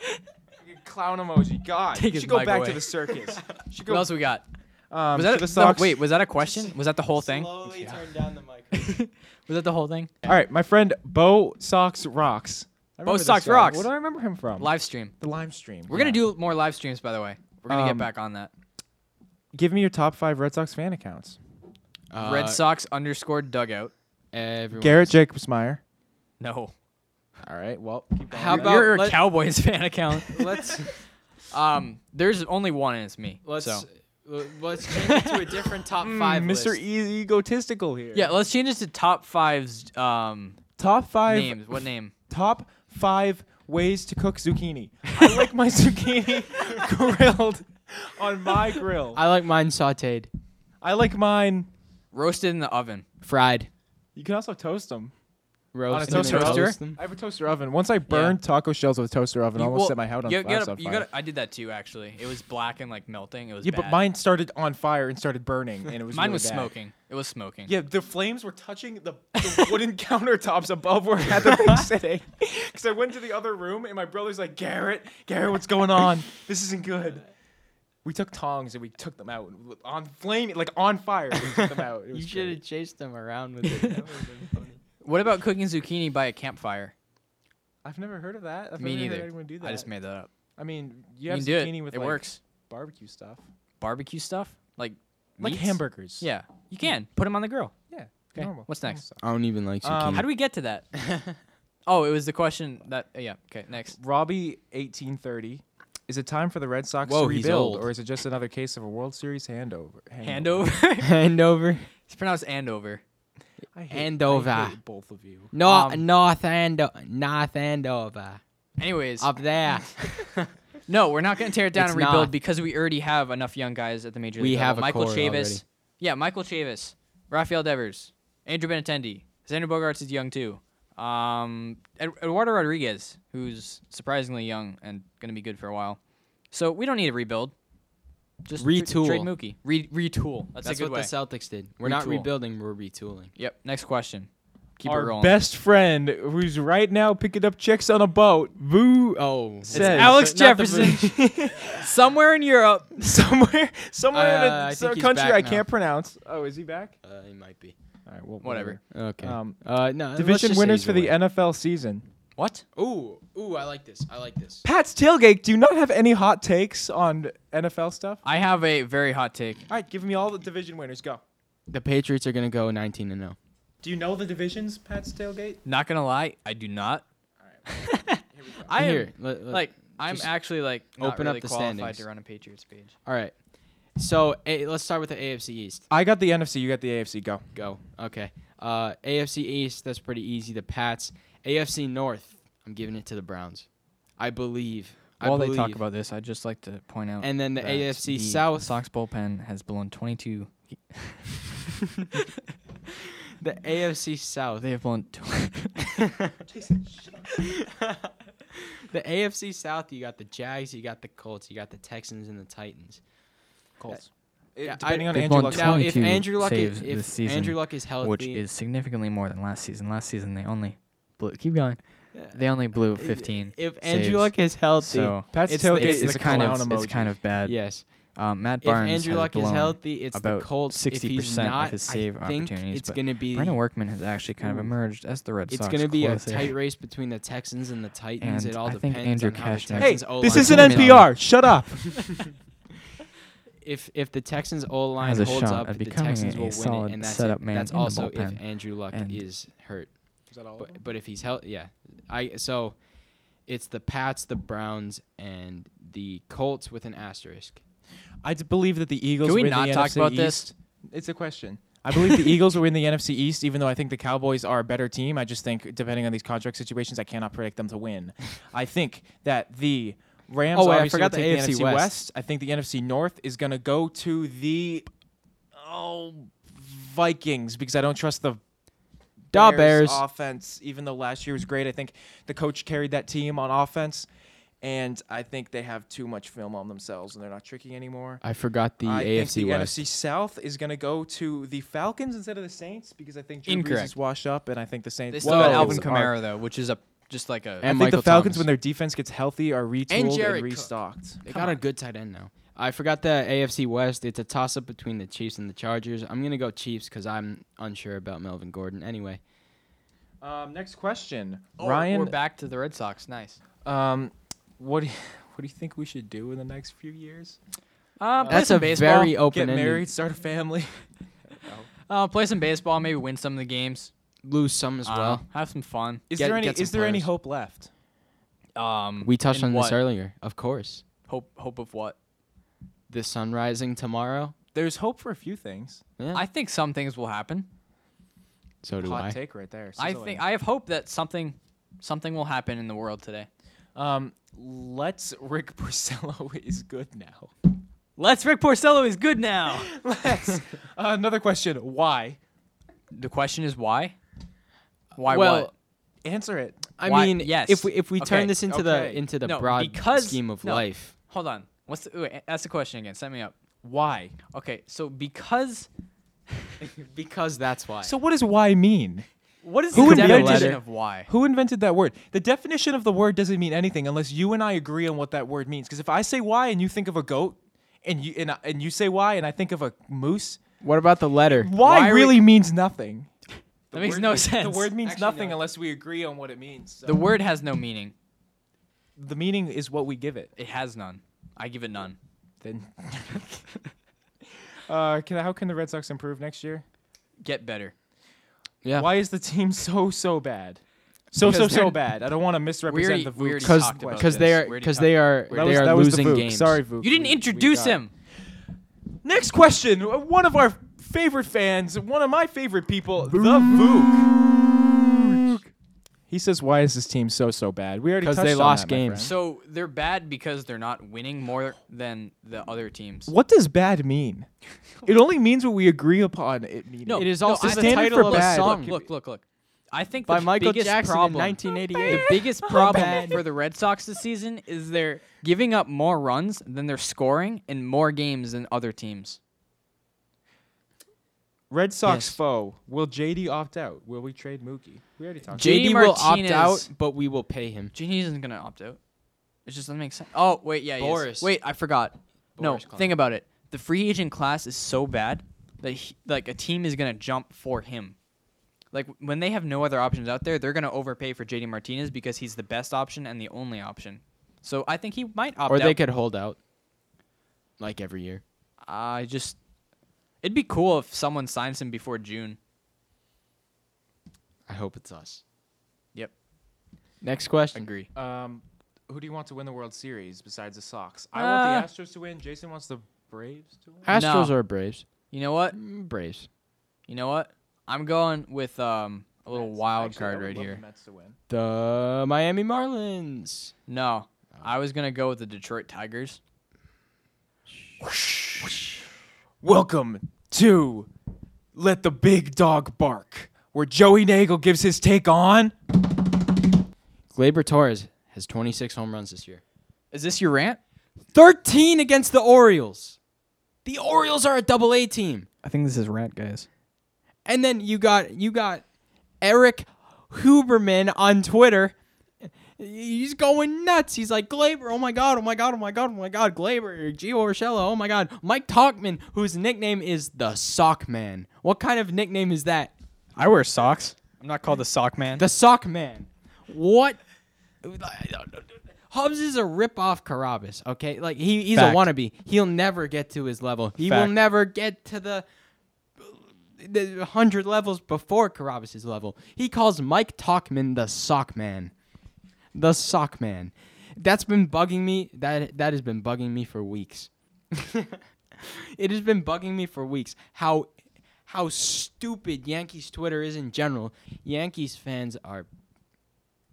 [SPEAKER 2] Freaking Clown emoji. God,
[SPEAKER 1] Take
[SPEAKER 2] you
[SPEAKER 1] his
[SPEAKER 2] should go
[SPEAKER 1] mic
[SPEAKER 2] back to
[SPEAKER 1] away.
[SPEAKER 2] the circus. You should
[SPEAKER 1] What
[SPEAKER 2] go.
[SPEAKER 1] else we got?
[SPEAKER 2] um,
[SPEAKER 1] Was
[SPEAKER 2] to
[SPEAKER 1] that
[SPEAKER 2] the
[SPEAKER 1] a, no,
[SPEAKER 2] Sox.
[SPEAKER 1] wait? Was that a question? Was that the whole thing? Was
[SPEAKER 3] Slowly turn down the microphone.
[SPEAKER 1] that the whole thing?
[SPEAKER 2] All right, my friend Bo Sox rocks. I remember this
[SPEAKER 1] Sox
[SPEAKER 2] guy.
[SPEAKER 1] Rocks.
[SPEAKER 2] What do I remember him from?
[SPEAKER 1] Live stream.
[SPEAKER 2] The Lime Stream.
[SPEAKER 1] We're gonna do more live streams, by the way. We're gonna
[SPEAKER 2] Um,
[SPEAKER 1] get back on that.
[SPEAKER 2] Give me your top five Red Sox fan accounts.
[SPEAKER 3] uh,
[SPEAKER 1] Red Sox underscore dugout.
[SPEAKER 3] Everyone.
[SPEAKER 2] Garrett Jacobsmeyer.
[SPEAKER 1] No.
[SPEAKER 2] All right. Well,
[SPEAKER 3] How about
[SPEAKER 1] You're a
[SPEAKER 3] let,
[SPEAKER 1] Cowboys fan account.
[SPEAKER 3] let's
[SPEAKER 1] um, there's only one, and it's me.
[SPEAKER 3] let's
[SPEAKER 1] so. Mm, E.
[SPEAKER 3] l- let's change it to a different top five.
[SPEAKER 2] Mr.
[SPEAKER 3] list.
[SPEAKER 2] Hmm, Easy egotistical here.
[SPEAKER 1] Yeah, let's change this to top five's um
[SPEAKER 2] Top five
[SPEAKER 1] names. What name?
[SPEAKER 2] Top five ways to cook zucchini. I like my zucchini grilled on my grill.
[SPEAKER 3] I like mine sautéed,
[SPEAKER 2] I like mine.
[SPEAKER 1] Roasted in the oven.
[SPEAKER 3] fried,
[SPEAKER 2] You can also toast them.
[SPEAKER 3] roasted,
[SPEAKER 2] toast
[SPEAKER 3] and
[SPEAKER 1] roaster?
[SPEAKER 3] toast them.
[SPEAKER 2] I have a toaster oven. Once I burned taco shells with a toaster oven, I
[SPEAKER 1] You-
[SPEAKER 2] almost
[SPEAKER 1] well,
[SPEAKER 2] set my house on,
[SPEAKER 1] you
[SPEAKER 2] house
[SPEAKER 1] gotta-
[SPEAKER 2] on
[SPEAKER 1] you
[SPEAKER 2] fire.
[SPEAKER 1] gotta- I did that too, actually. It was black and like melting. It was
[SPEAKER 2] yeah,
[SPEAKER 1] bad.
[SPEAKER 2] but mine started on fire and started burning, and it was
[SPEAKER 1] Mine
[SPEAKER 2] really
[SPEAKER 1] was
[SPEAKER 2] bad.
[SPEAKER 1] smoking. It was smoking.
[SPEAKER 2] Yeah, the flames were touching the, the wooden countertops above where I had the thing sitting. Because I went to the other room and my brother's like, Garrett, Garrett, what's going on? This isn't good. We took tongs and we took them out on flame, like on fire. We took them out. It
[SPEAKER 3] You
[SPEAKER 2] was
[SPEAKER 3] should have
[SPEAKER 2] great.
[SPEAKER 3] chased them around with it. That would've been funny.
[SPEAKER 1] What about cooking zucchini by a campfire?
[SPEAKER 2] I've never heard of that. I've
[SPEAKER 1] Me
[SPEAKER 2] never Heard
[SPEAKER 1] neither.
[SPEAKER 2] anyone do that.
[SPEAKER 1] I just made that up.
[SPEAKER 2] I mean, you
[SPEAKER 1] You
[SPEAKER 2] have
[SPEAKER 1] can do
[SPEAKER 2] zucchini
[SPEAKER 1] it.
[SPEAKER 2] with
[SPEAKER 1] it
[SPEAKER 2] like,
[SPEAKER 1] works.
[SPEAKER 2] barbecue stuff,
[SPEAKER 1] Barbecue stuff like
[SPEAKER 2] like
[SPEAKER 1] meats?
[SPEAKER 2] hamburgers.
[SPEAKER 1] Yeah, you can put them on the grill.
[SPEAKER 2] yeah.
[SPEAKER 1] Okay.
[SPEAKER 2] normal-
[SPEAKER 1] What's
[SPEAKER 2] normal
[SPEAKER 1] next?
[SPEAKER 2] stuff.
[SPEAKER 3] I don't even like
[SPEAKER 2] Um,
[SPEAKER 3] zucchini.
[SPEAKER 1] How do we get to that? oh, it was the question that. Yeah. Okay. Next.
[SPEAKER 2] Robbie, eighteen thirty. Is it time for the Red Sox
[SPEAKER 3] Whoa,
[SPEAKER 2] to
[SPEAKER 3] he's
[SPEAKER 2] rebuild,
[SPEAKER 3] old.
[SPEAKER 2] or is it just another case of a World Series handover?
[SPEAKER 1] Andover.
[SPEAKER 3] Andover.
[SPEAKER 1] it's pronounced Andover.
[SPEAKER 2] I hate, I
[SPEAKER 3] Andover.
[SPEAKER 2] hate both of you.
[SPEAKER 3] No,
[SPEAKER 1] Um,
[SPEAKER 3] North Andover. North Andover.
[SPEAKER 1] Anyways,
[SPEAKER 3] Up there.
[SPEAKER 1] no, we're not gonna tear it down
[SPEAKER 3] It's
[SPEAKER 1] and rebuild
[SPEAKER 3] not.
[SPEAKER 1] because we already have enough young guys at the major
[SPEAKER 3] We
[SPEAKER 1] league level.
[SPEAKER 3] have a
[SPEAKER 1] Michael
[SPEAKER 3] core
[SPEAKER 1] Chavis.
[SPEAKER 3] already.
[SPEAKER 1] Yeah, Michael Chavis, Rafael Devers, Andrew Benintendi, Xander Bogarts is young too. Um, Ed- Eduardo Rodriguez, who's surprisingly young and gonna be good for a while. So we don't need a rebuild. Just tr-
[SPEAKER 3] Retool.
[SPEAKER 1] trade Mookie. Re- retool. That's,
[SPEAKER 3] That's
[SPEAKER 1] a good
[SPEAKER 3] what
[SPEAKER 1] way.
[SPEAKER 3] the Celtics did. We're not
[SPEAKER 1] Retool.
[SPEAKER 3] rebuilding, we're retooling.
[SPEAKER 1] Yep. Next question. Keep it
[SPEAKER 2] Our
[SPEAKER 1] rolling.
[SPEAKER 2] best friend, who's right now picking up chicks on a boat, Vu uh,
[SPEAKER 3] Oh.
[SPEAKER 1] it's
[SPEAKER 2] says
[SPEAKER 1] Alex
[SPEAKER 3] Not the Bruins.
[SPEAKER 1] Jefferson, somewhere in Europe.
[SPEAKER 2] somewhere, somewhere
[SPEAKER 3] Uh, I
[SPEAKER 2] in a
[SPEAKER 3] think
[SPEAKER 2] some
[SPEAKER 3] he's
[SPEAKER 2] country
[SPEAKER 3] back
[SPEAKER 2] I
[SPEAKER 3] now.
[SPEAKER 2] can't pronounce. Oh, is he back?
[SPEAKER 3] Uh, it might be.
[SPEAKER 2] All right, well,
[SPEAKER 1] Whatever.
[SPEAKER 3] Okay.
[SPEAKER 2] Um,
[SPEAKER 3] uh, no, let's
[SPEAKER 2] Division
[SPEAKER 3] just say
[SPEAKER 2] winners
[SPEAKER 3] either
[SPEAKER 2] for the
[SPEAKER 3] way.
[SPEAKER 2] NFL season.
[SPEAKER 1] What?
[SPEAKER 3] Ooh, ooh, I like this. I like this.
[SPEAKER 2] Pat's tailgate. Do you not have any hot takes on NFL stuff?
[SPEAKER 1] I have a very hot take.
[SPEAKER 2] All right, give me all the division winners. Go.
[SPEAKER 3] The Patriots are going to go 19 and oh. 0.
[SPEAKER 2] Do you know the divisions, Pat's tailgate?
[SPEAKER 1] Not gonna lie, I do not. I am,
[SPEAKER 3] Here, let- let-
[SPEAKER 1] like I'm
[SPEAKER 3] just
[SPEAKER 1] actually like not
[SPEAKER 3] open up
[SPEAKER 1] really
[SPEAKER 3] the
[SPEAKER 1] qualified
[SPEAKER 3] standings.
[SPEAKER 1] to run a Patriots page.
[SPEAKER 3] All right. So, a- let's start with the AFC East.
[SPEAKER 2] I got the NFC. You got the AFC. Go.
[SPEAKER 3] Go. Okay. Uh, AFC East, that's pretty easy. The Pats. AFC North, I'm giving it to the Browns. I believe. I
[SPEAKER 1] While they
[SPEAKER 3] believe.
[SPEAKER 1] talk about this, I'd just like to point out.
[SPEAKER 3] And then the
[SPEAKER 1] that
[SPEAKER 3] AFC South.
[SPEAKER 1] Sox bullpen has blown 22.
[SPEAKER 3] the AFC South.
[SPEAKER 1] They have blown.
[SPEAKER 3] The AFC South, you got the Jags, you got the Colts, you got the Texans and the Titans.
[SPEAKER 2] Colts.
[SPEAKER 3] Yeah,
[SPEAKER 2] Uh, depending
[SPEAKER 3] I-
[SPEAKER 2] on
[SPEAKER 1] They've
[SPEAKER 2] Andrew
[SPEAKER 1] won
[SPEAKER 2] Luck.
[SPEAKER 1] tw-
[SPEAKER 3] Now, if
[SPEAKER 1] 22
[SPEAKER 3] Andrew Luck
[SPEAKER 1] saves
[SPEAKER 3] is,
[SPEAKER 1] this
[SPEAKER 3] if
[SPEAKER 1] season,
[SPEAKER 3] Andrew Luck is healthy,
[SPEAKER 1] significantly more than last season. Last season they only blew. Keep going. They only blew 15.
[SPEAKER 3] If
[SPEAKER 1] saves.
[SPEAKER 3] Andrew Luck is healthy,
[SPEAKER 1] so
[SPEAKER 2] Pat's
[SPEAKER 3] it's,
[SPEAKER 2] tailgate
[SPEAKER 3] it's
[SPEAKER 1] it's,
[SPEAKER 2] is
[SPEAKER 3] the
[SPEAKER 2] a
[SPEAKER 1] kind
[SPEAKER 2] clown
[SPEAKER 1] of it's
[SPEAKER 2] emoji.
[SPEAKER 1] kind of bad.
[SPEAKER 3] yes.
[SPEAKER 1] Um, Matt
[SPEAKER 3] If
[SPEAKER 1] Barnes
[SPEAKER 3] Andrew
[SPEAKER 1] has
[SPEAKER 3] Luck is
[SPEAKER 1] blown
[SPEAKER 3] healthy, it's the
[SPEAKER 1] about
[SPEAKER 3] Colts.
[SPEAKER 1] 60%
[SPEAKER 3] if he's
[SPEAKER 1] of
[SPEAKER 3] not,
[SPEAKER 1] his save
[SPEAKER 3] I think
[SPEAKER 1] opportunities,
[SPEAKER 3] it's
[SPEAKER 1] but
[SPEAKER 3] gonna be
[SPEAKER 1] Brandon Workman has actually kind of emerged as the Red
[SPEAKER 3] it's
[SPEAKER 1] Sox.
[SPEAKER 3] gonna be a
[SPEAKER 1] closer.
[SPEAKER 3] tight race between the Texans and the Titans.
[SPEAKER 1] And
[SPEAKER 3] it all
[SPEAKER 1] I think
[SPEAKER 3] depends
[SPEAKER 1] Andrew
[SPEAKER 3] on how the
[SPEAKER 1] Cashman-
[SPEAKER 2] Hey,
[SPEAKER 3] Texans O-line
[SPEAKER 2] this
[SPEAKER 1] is
[SPEAKER 2] isn't
[SPEAKER 1] an
[SPEAKER 3] holds up.
[SPEAKER 2] NPR. Shut up.
[SPEAKER 3] If if the Texans O line
[SPEAKER 1] Has a
[SPEAKER 3] holds
[SPEAKER 1] shot
[SPEAKER 3] up,
[SPEAKER 1] at
[SPEAKER 3] the
[SPEAKER 1] becoming
[SPEAKER 3] Texans
[SPEAKER 1] a
[SPEAKER 3] will win
[SPEAKER 1] solid
[SPEAKER 3] it, and that's
[SPEAKER 1] setup
[SPEAKER 3] it.
[SPEAKER 1] man
[SPEAKER 3] that's
[SPEAKER 1] in the
[SPEAKER 3] also if
[SPEAKER 1] bullpen.
[SPEAKER 3] Andrew Luck
[SPEAKER 1] And-
[SPEAKER 3] is hurt.
[SPEAKER 2] Oh.
[SPEAKER 3] But, but if he's healthy, yeah. I so it's the Pats, the Browns, and the Colts with an asterisk.
[SPEAKER 2] I d- believe that the Eagles
[SPEAKER 1] Can we
[SPEAKER 2] win
[SPEAKER 1] not
[SPEAKER 2] the
[SPEAKER 1] talk
[SPEAKER 2] NFC
[SPEAKER 1] about
[SPEAKER 2] East.
[SPEAKER 1] this?
[SPEAKER 2] It's a question. I believe the Eagles will win the NFC East, even though I think the Cowboys are a better team. I just think, depending on these contract situations, I cannot predict them to win. I think that the Rams.
[SPEAKER 3] Oh, wait, I
[SPEAKER 2] obviously
[SPEAKER 3] forgot
[SPEAKER 2] will
[SPEAKER 3] the
[SPEAKER 2] take
[SPEAKER 3] AFC
[SPEAKER 2] NFC
[SPEAKER 3] West.
[SPEAKER 2] I think the NFC North is going to go to the oh Vikings because I don't trust the
[SPEAKER 3] Da Bears.
[SPEAKER 2] offense. Even though last year was great, I think the coach carried that team on offense, and I think they have too much film on themselves and they're not tricky anymore.
[SPEAKER 3] I forgot the
[SPEAKER 2] I
[SPEAKER 3] AFC
[SPEAKER 2] think the
[SPEAKER 3] West.
[SPEAKER 2] NFC South is going to go to the Falcons instead of the Saints because I think Drew Brees
[SPEAKER 1] Incorrect.
[SPEAKER 2] is washed up, and I think the Saints.
[SPEAKER 1] They still
[SPEAKER 2] Whoa.
[SPEAKER 1] got Alvin
[SPEAKER 2] are-
[SPEAKER 1] Kamara though, which is a just like a.
[SPEAKER 2] I
[SPEAKER 3] And
[SPEAKER 2] think
[SPEAKER 3] Michael
[SPEAKER 2] the Falcons,
[SPEAKER 3] Thomas.
[SPEAKER 2] when their defense gets healthy, are retooled and,
[SPEAKER 1] Jared Cook.
[SPEAKER 2] restocked.
[SPEAKER 3] They got a good tight end now. I forgot the AFC West. It's a toss up between the Chiefs and the Chargers. I'm gonna go Chiefs because I'm unsure about Melvin Gordon. Anyway,
[SPEAKER 2] Um, next question,
[SPEAKER 1] Oh, we're
[SPEAKER 2] Ryan.
[SPEAKER 1] back to the Red Sox. Nice.
[SPEAKER 2] Um, what do you, what do you think we should do in the next few years?
[SPEAKER 1] Uh, play
[SPEAKER 3] that's
[SPEAKER 1] some
[SPEAKER 3] a
[SPEAKER 1] baseball.
[SPEAKER 3] very open
[SPEAKER 2] Get married,
[SPEAKER 3] ended.
[SPEAKER 2] start a family.
[SPEAKER 1] Uh, play some baseball. Maybe win some of the games.
[SPEAKER 3] Lose some as
[SPEAKER 1] I don't
[SPEAKER 3] well.
[SPEAKER 1] know, have some fun.
[SPEAKER 2] Is
[SPEAKER 3] Get-
[SPEAKER 2] there any
[SPEAKER 3] get some
[SPEAKER 2] is there any
[SPEAKER 3] players.
[SPEAKER 2] hope left?
[SPEAKER 1] Um,
[SPEAKER 3] We touched
[SPEAKER 1] in
[SPEAKER 3] on
[SPEAKER 1] what?
[SPEAKER 3] this earlier, of course.
[SPEAKER 1] Hope, hope of what?
[SPEAKER 3] The sun rising tomorrow.
[SPEAKER 2] There's hope for a few things.
[SPEAKER 3] Yeah.
[SPEAKER 1] I think some things will happen.
[SPEAKER 3] so do
[SPEAKER 2] Hot
[SPEAKER 3] I.
[SPEAKER 2] take right there.
[SPEAKER 1] I
[SPEAKER 2] sizzling.
[SPEAKER 1] think I have hope that something, something will happen in the world today.
[SPEAKER 2] Um, let's Rick Porcello is good now.
[SPEAKER 1] Let's Rick Porcello is good now.
[SPEAKER 2] Let's. another question. Why?
[SPEAKER 1] the question is why? Why
[SPEAKER 3] well,
[SPEAKER 1] what?
[SPEAKER 2] Answer it.
[SPEAKER 3] I
[SPEAKER 1] Why-
[SPEAKER 3] mean,
[SPEAKER 1] yes.
[SPEAKER 3] if we if we turn
[SPEAKER 1] Okay,
[SPEAKER 3] this into
[SPEAKER 2] okay.
[SPEAKER 3] the into the
[SPEAKER 1] No,
[SPEAKER 3] broad
[SPEAKER 1] because-
[SPEAKER 3] scheme of
[SPEAKER 1] no.
[SPEAKER 3] life,
[SPEAKER 1] Hold on. What's the, wait, ask the question again. Set me up.
[SPEAKER 2] Why?
[SPEAKER 1] Okay, so because
[SPEAKER 3] because that's why.
[SPEAKER 2] So what does why mean?
[SPEAKER 1] what is
[SPEAKER 2] Who
[SPEAKER 1] the
[SPEAKER 2] invented
[SPEAKER 1] definition
[SPEAKER 2] it?
[SPEAKER 1] of why?
[SPEAKER 2] Who invented that word? The definition of the word doesn't mean anything unless you and I agree on what that word means. Because if I say why and you think of a goat, and you and, I- and you say why and I think of a moose,
[SPEAKER 3] what about the letter?
[SPEAKER 2] why,
[SPEAKER 1] Why are
[SPEAKER 2] really means nothing.
[SPEAKER 1] That makes no sense.
[SPEAKER 2] The word means
[SPEAKER 3] Actually,
[SPEAKER 2] nothing
[SPEAKER 3] no.
[SPEAKER 2] unless we agree on what it means. So
[SPEAKER 1] the word has no meaning.
[SPEAKER 2] the meaning is what we give it.
[SPEAKER 1] It has none. I give it none.
[SPEAKER 2] Then, uh, can, how can the Red Sox improve next year?
[SPEAKER 1] Get better.
[SPEAKER 3] Yeah.
[SPEAKER 2] Why is the team so so bad? So so
[SPEAKER 1] Uh. Because
[SPEAKER 2] so
[SPEAKER 1] they're-
[SPEAKER 2] bad. I don't want to misrepresent
[SPEAKER 1] already-
[SPEAKER 2] the
[SPEAKER 1] we already
[SPEAKER 2] Vooch
[SPEAKER 1] Because-
[SPEAKER 2] question.
[SPEAKER 1] about
[SPEAKER 3] Because they
[SPEAKER 1] this. We
[SPEAKER 3] are
[SPEAKER 1] already
[SPEAKER 3] because
[SPEAKER 1] talked-
[SPEAKER 3] they are
[SPEAKER 1] we
[SPEAKER 3] they
[SPEAKER 1] already
[SPEAKER 2] was-
[SPEAKER 3] are
[SPEAKER 2] was
[SPEAKER 3] losing
[SPEAKER 2] the Vuk.
[SPEAKER 3] games.
[SPEAKER 2] Sorry, Vuk.
[SPEAKER 1] You didn't
[SPEAKER 2] We- we
[SPEAKER 1] introduce
[SPEAKER 2] got-
[SPEAKER 1] him.
[SPEAKER 2] Next question. One of our favorite fans, one of my favorite people, the Vuk. He says, "Why is this team so so bad?" We already
[SPEAKER 3] 'Cause
[SPEAKER 2] touched
[SPEAKER 3] they
[SPEAKER 2] on
[SPEAKER 3] lost
[SPEAKER 2] that, my
[SPEAKER 3] games.
[SPEAKER 2] friend.
[SPEAKER 1] So they're bad because they're not winning more than the other teams.
[SPEAKER 2] What does bad mean? It only means what we agree upon. It means
[SPEAKER 1] No,
[SPEAKER 3] It is
[SPEAKER 1] no,
[SPEAKER 3] also
[SPEAKER 1] I-
[SPEAKER 3] the
[SPEAKER 2] standard
[SPEAKER 3] title
[SPEAKER 2] for
[SPEAKER 3] of a
[SPEAKER 2] bad.
[SPEAKER 3] song
[SPEAKER 1] Look, look, look. I think
[SPEAKER 3] by
[SPEAKER 1] the
[SPEAKER 3] Michael
[SPEAKER 1] biggest
[SPEAKER 3] Jackson
[SPEAKER 1] problem,
[SPEAKER 3] in Oh, 1988.
[SPEAKER 1] the biggest problem for the Red Sox this season is they're giving up more runs than they're scoring in more games than other teams.
[SPEAKER 2] Red Sox
[SPEAKER 3] Yes.
[SPEAKER 2] foe. Will JD opt out? Will we trade Mookie? We already talked.
[SPEAKER 1] J-
[SPEAKER 3] JD
[SPEAKER 1] JD
[SPEAKER 3] will opt
[SPEAKER 1] Martinez-
[SPEAKER 3] out, but we will pay him.
[SPEAKER 1] Genie isn't gonna opt out. It just doesn't make sense. Oh wait, yeah, he is.
[SPEAKER 3] Boris.
[SPEAKER 1] Wait, I forgot.
[SPEAKER 3] Boris
[SPEAKER 1] no,
[SPEAKER 3] Clemens.
[SPEAKER 1] think about it. The free agent class is so bad that he, like a team is gonna jump for him. Like when they have no other options out there, they're gonna overpay for JD Martinez because he's the best option and the only option. So I think he might opt
[SPEAKER 3] Or
[SPEAKER 1] out.
[SPEAKER 3] they could hold out, like every year.
[SPEAKER 1] I just, it'd be cool if someone signs him before June.
[SPEAKER 3] I hope it's us.
[SPEAKER 1] Yep,
[SPEAKER 3] Next question.
[SPEAKER 1] agree.
[SPEAKER 2] Um, who do you want to win the World Series besides the Sox? I want the Astros to win. Jason wants the Braves to win.
[SPEAKER 3] Astros
[SPEAKER 1] No.
[SPEAKER 3] or Braves?
[SPEAKER 1] You know what?
[SPEAKER 3] Mm, Braves.
[SPEAKER 1] You know what? I'm going with um a little
[SPEAKER 2] Mets.
[SPEAKER 1] wild
[SPEAKER 2] Actually, I
[SPEAKER 1] card
[SPEAKER 2] would
[SPEAKER 1] right
[SPEAKER 2] love the
[SPEAKER 1] here.
[SPEAKER 2] Mets to win.
[SPEAKER 3] The Miami Marlins.
[SPEAKER 1] No, I was gonna go with the Detroit Tigers.
[SPEAKER 2] Welcome to Let the Big Dog Bark, where Joey Nagel gives his take on.
[SPEAKER 3] Glaber Torres has 26 home runs this year.
[SPEAKER 1] Is this your rant?
[SPEAKER 3] 13 against the Orioles. The Orioles are a double A team.
[SPEAKER 1] I think this is rant, guys.
[SPEAKER 3] And then you got you got Eric Huberman on Twitter He's going nuts. He's like Glaber. Oh my god. Oh my god. Oh my god. Oh my god. Glaber. Gio Urshela. Oh my god. Mike Talkman, whose nickname is the Sock Man. What kind of nickname is that?
[SPEAKER 1] I wear socks. I'm not called the sock man.
[SPEAKER 3] The Sock Man. What? Hubs is a rip-off Carabas, okay? Like he, he's
[SPEAKER 1] Fact.
[SPEAKER 3] a wannabe. He'll never get to his level. He
[SPEAKER 1] Fact.
[SPEAKER 3] will never get to the the hundred levels before Carabas' level. He calls Mike Talkman the sock man. The sock man. That's been bugging me. That that has been bugging me for weeks. it has been bugging me for weeks how how stupid Yankees Twitter is in general. Yankees fans are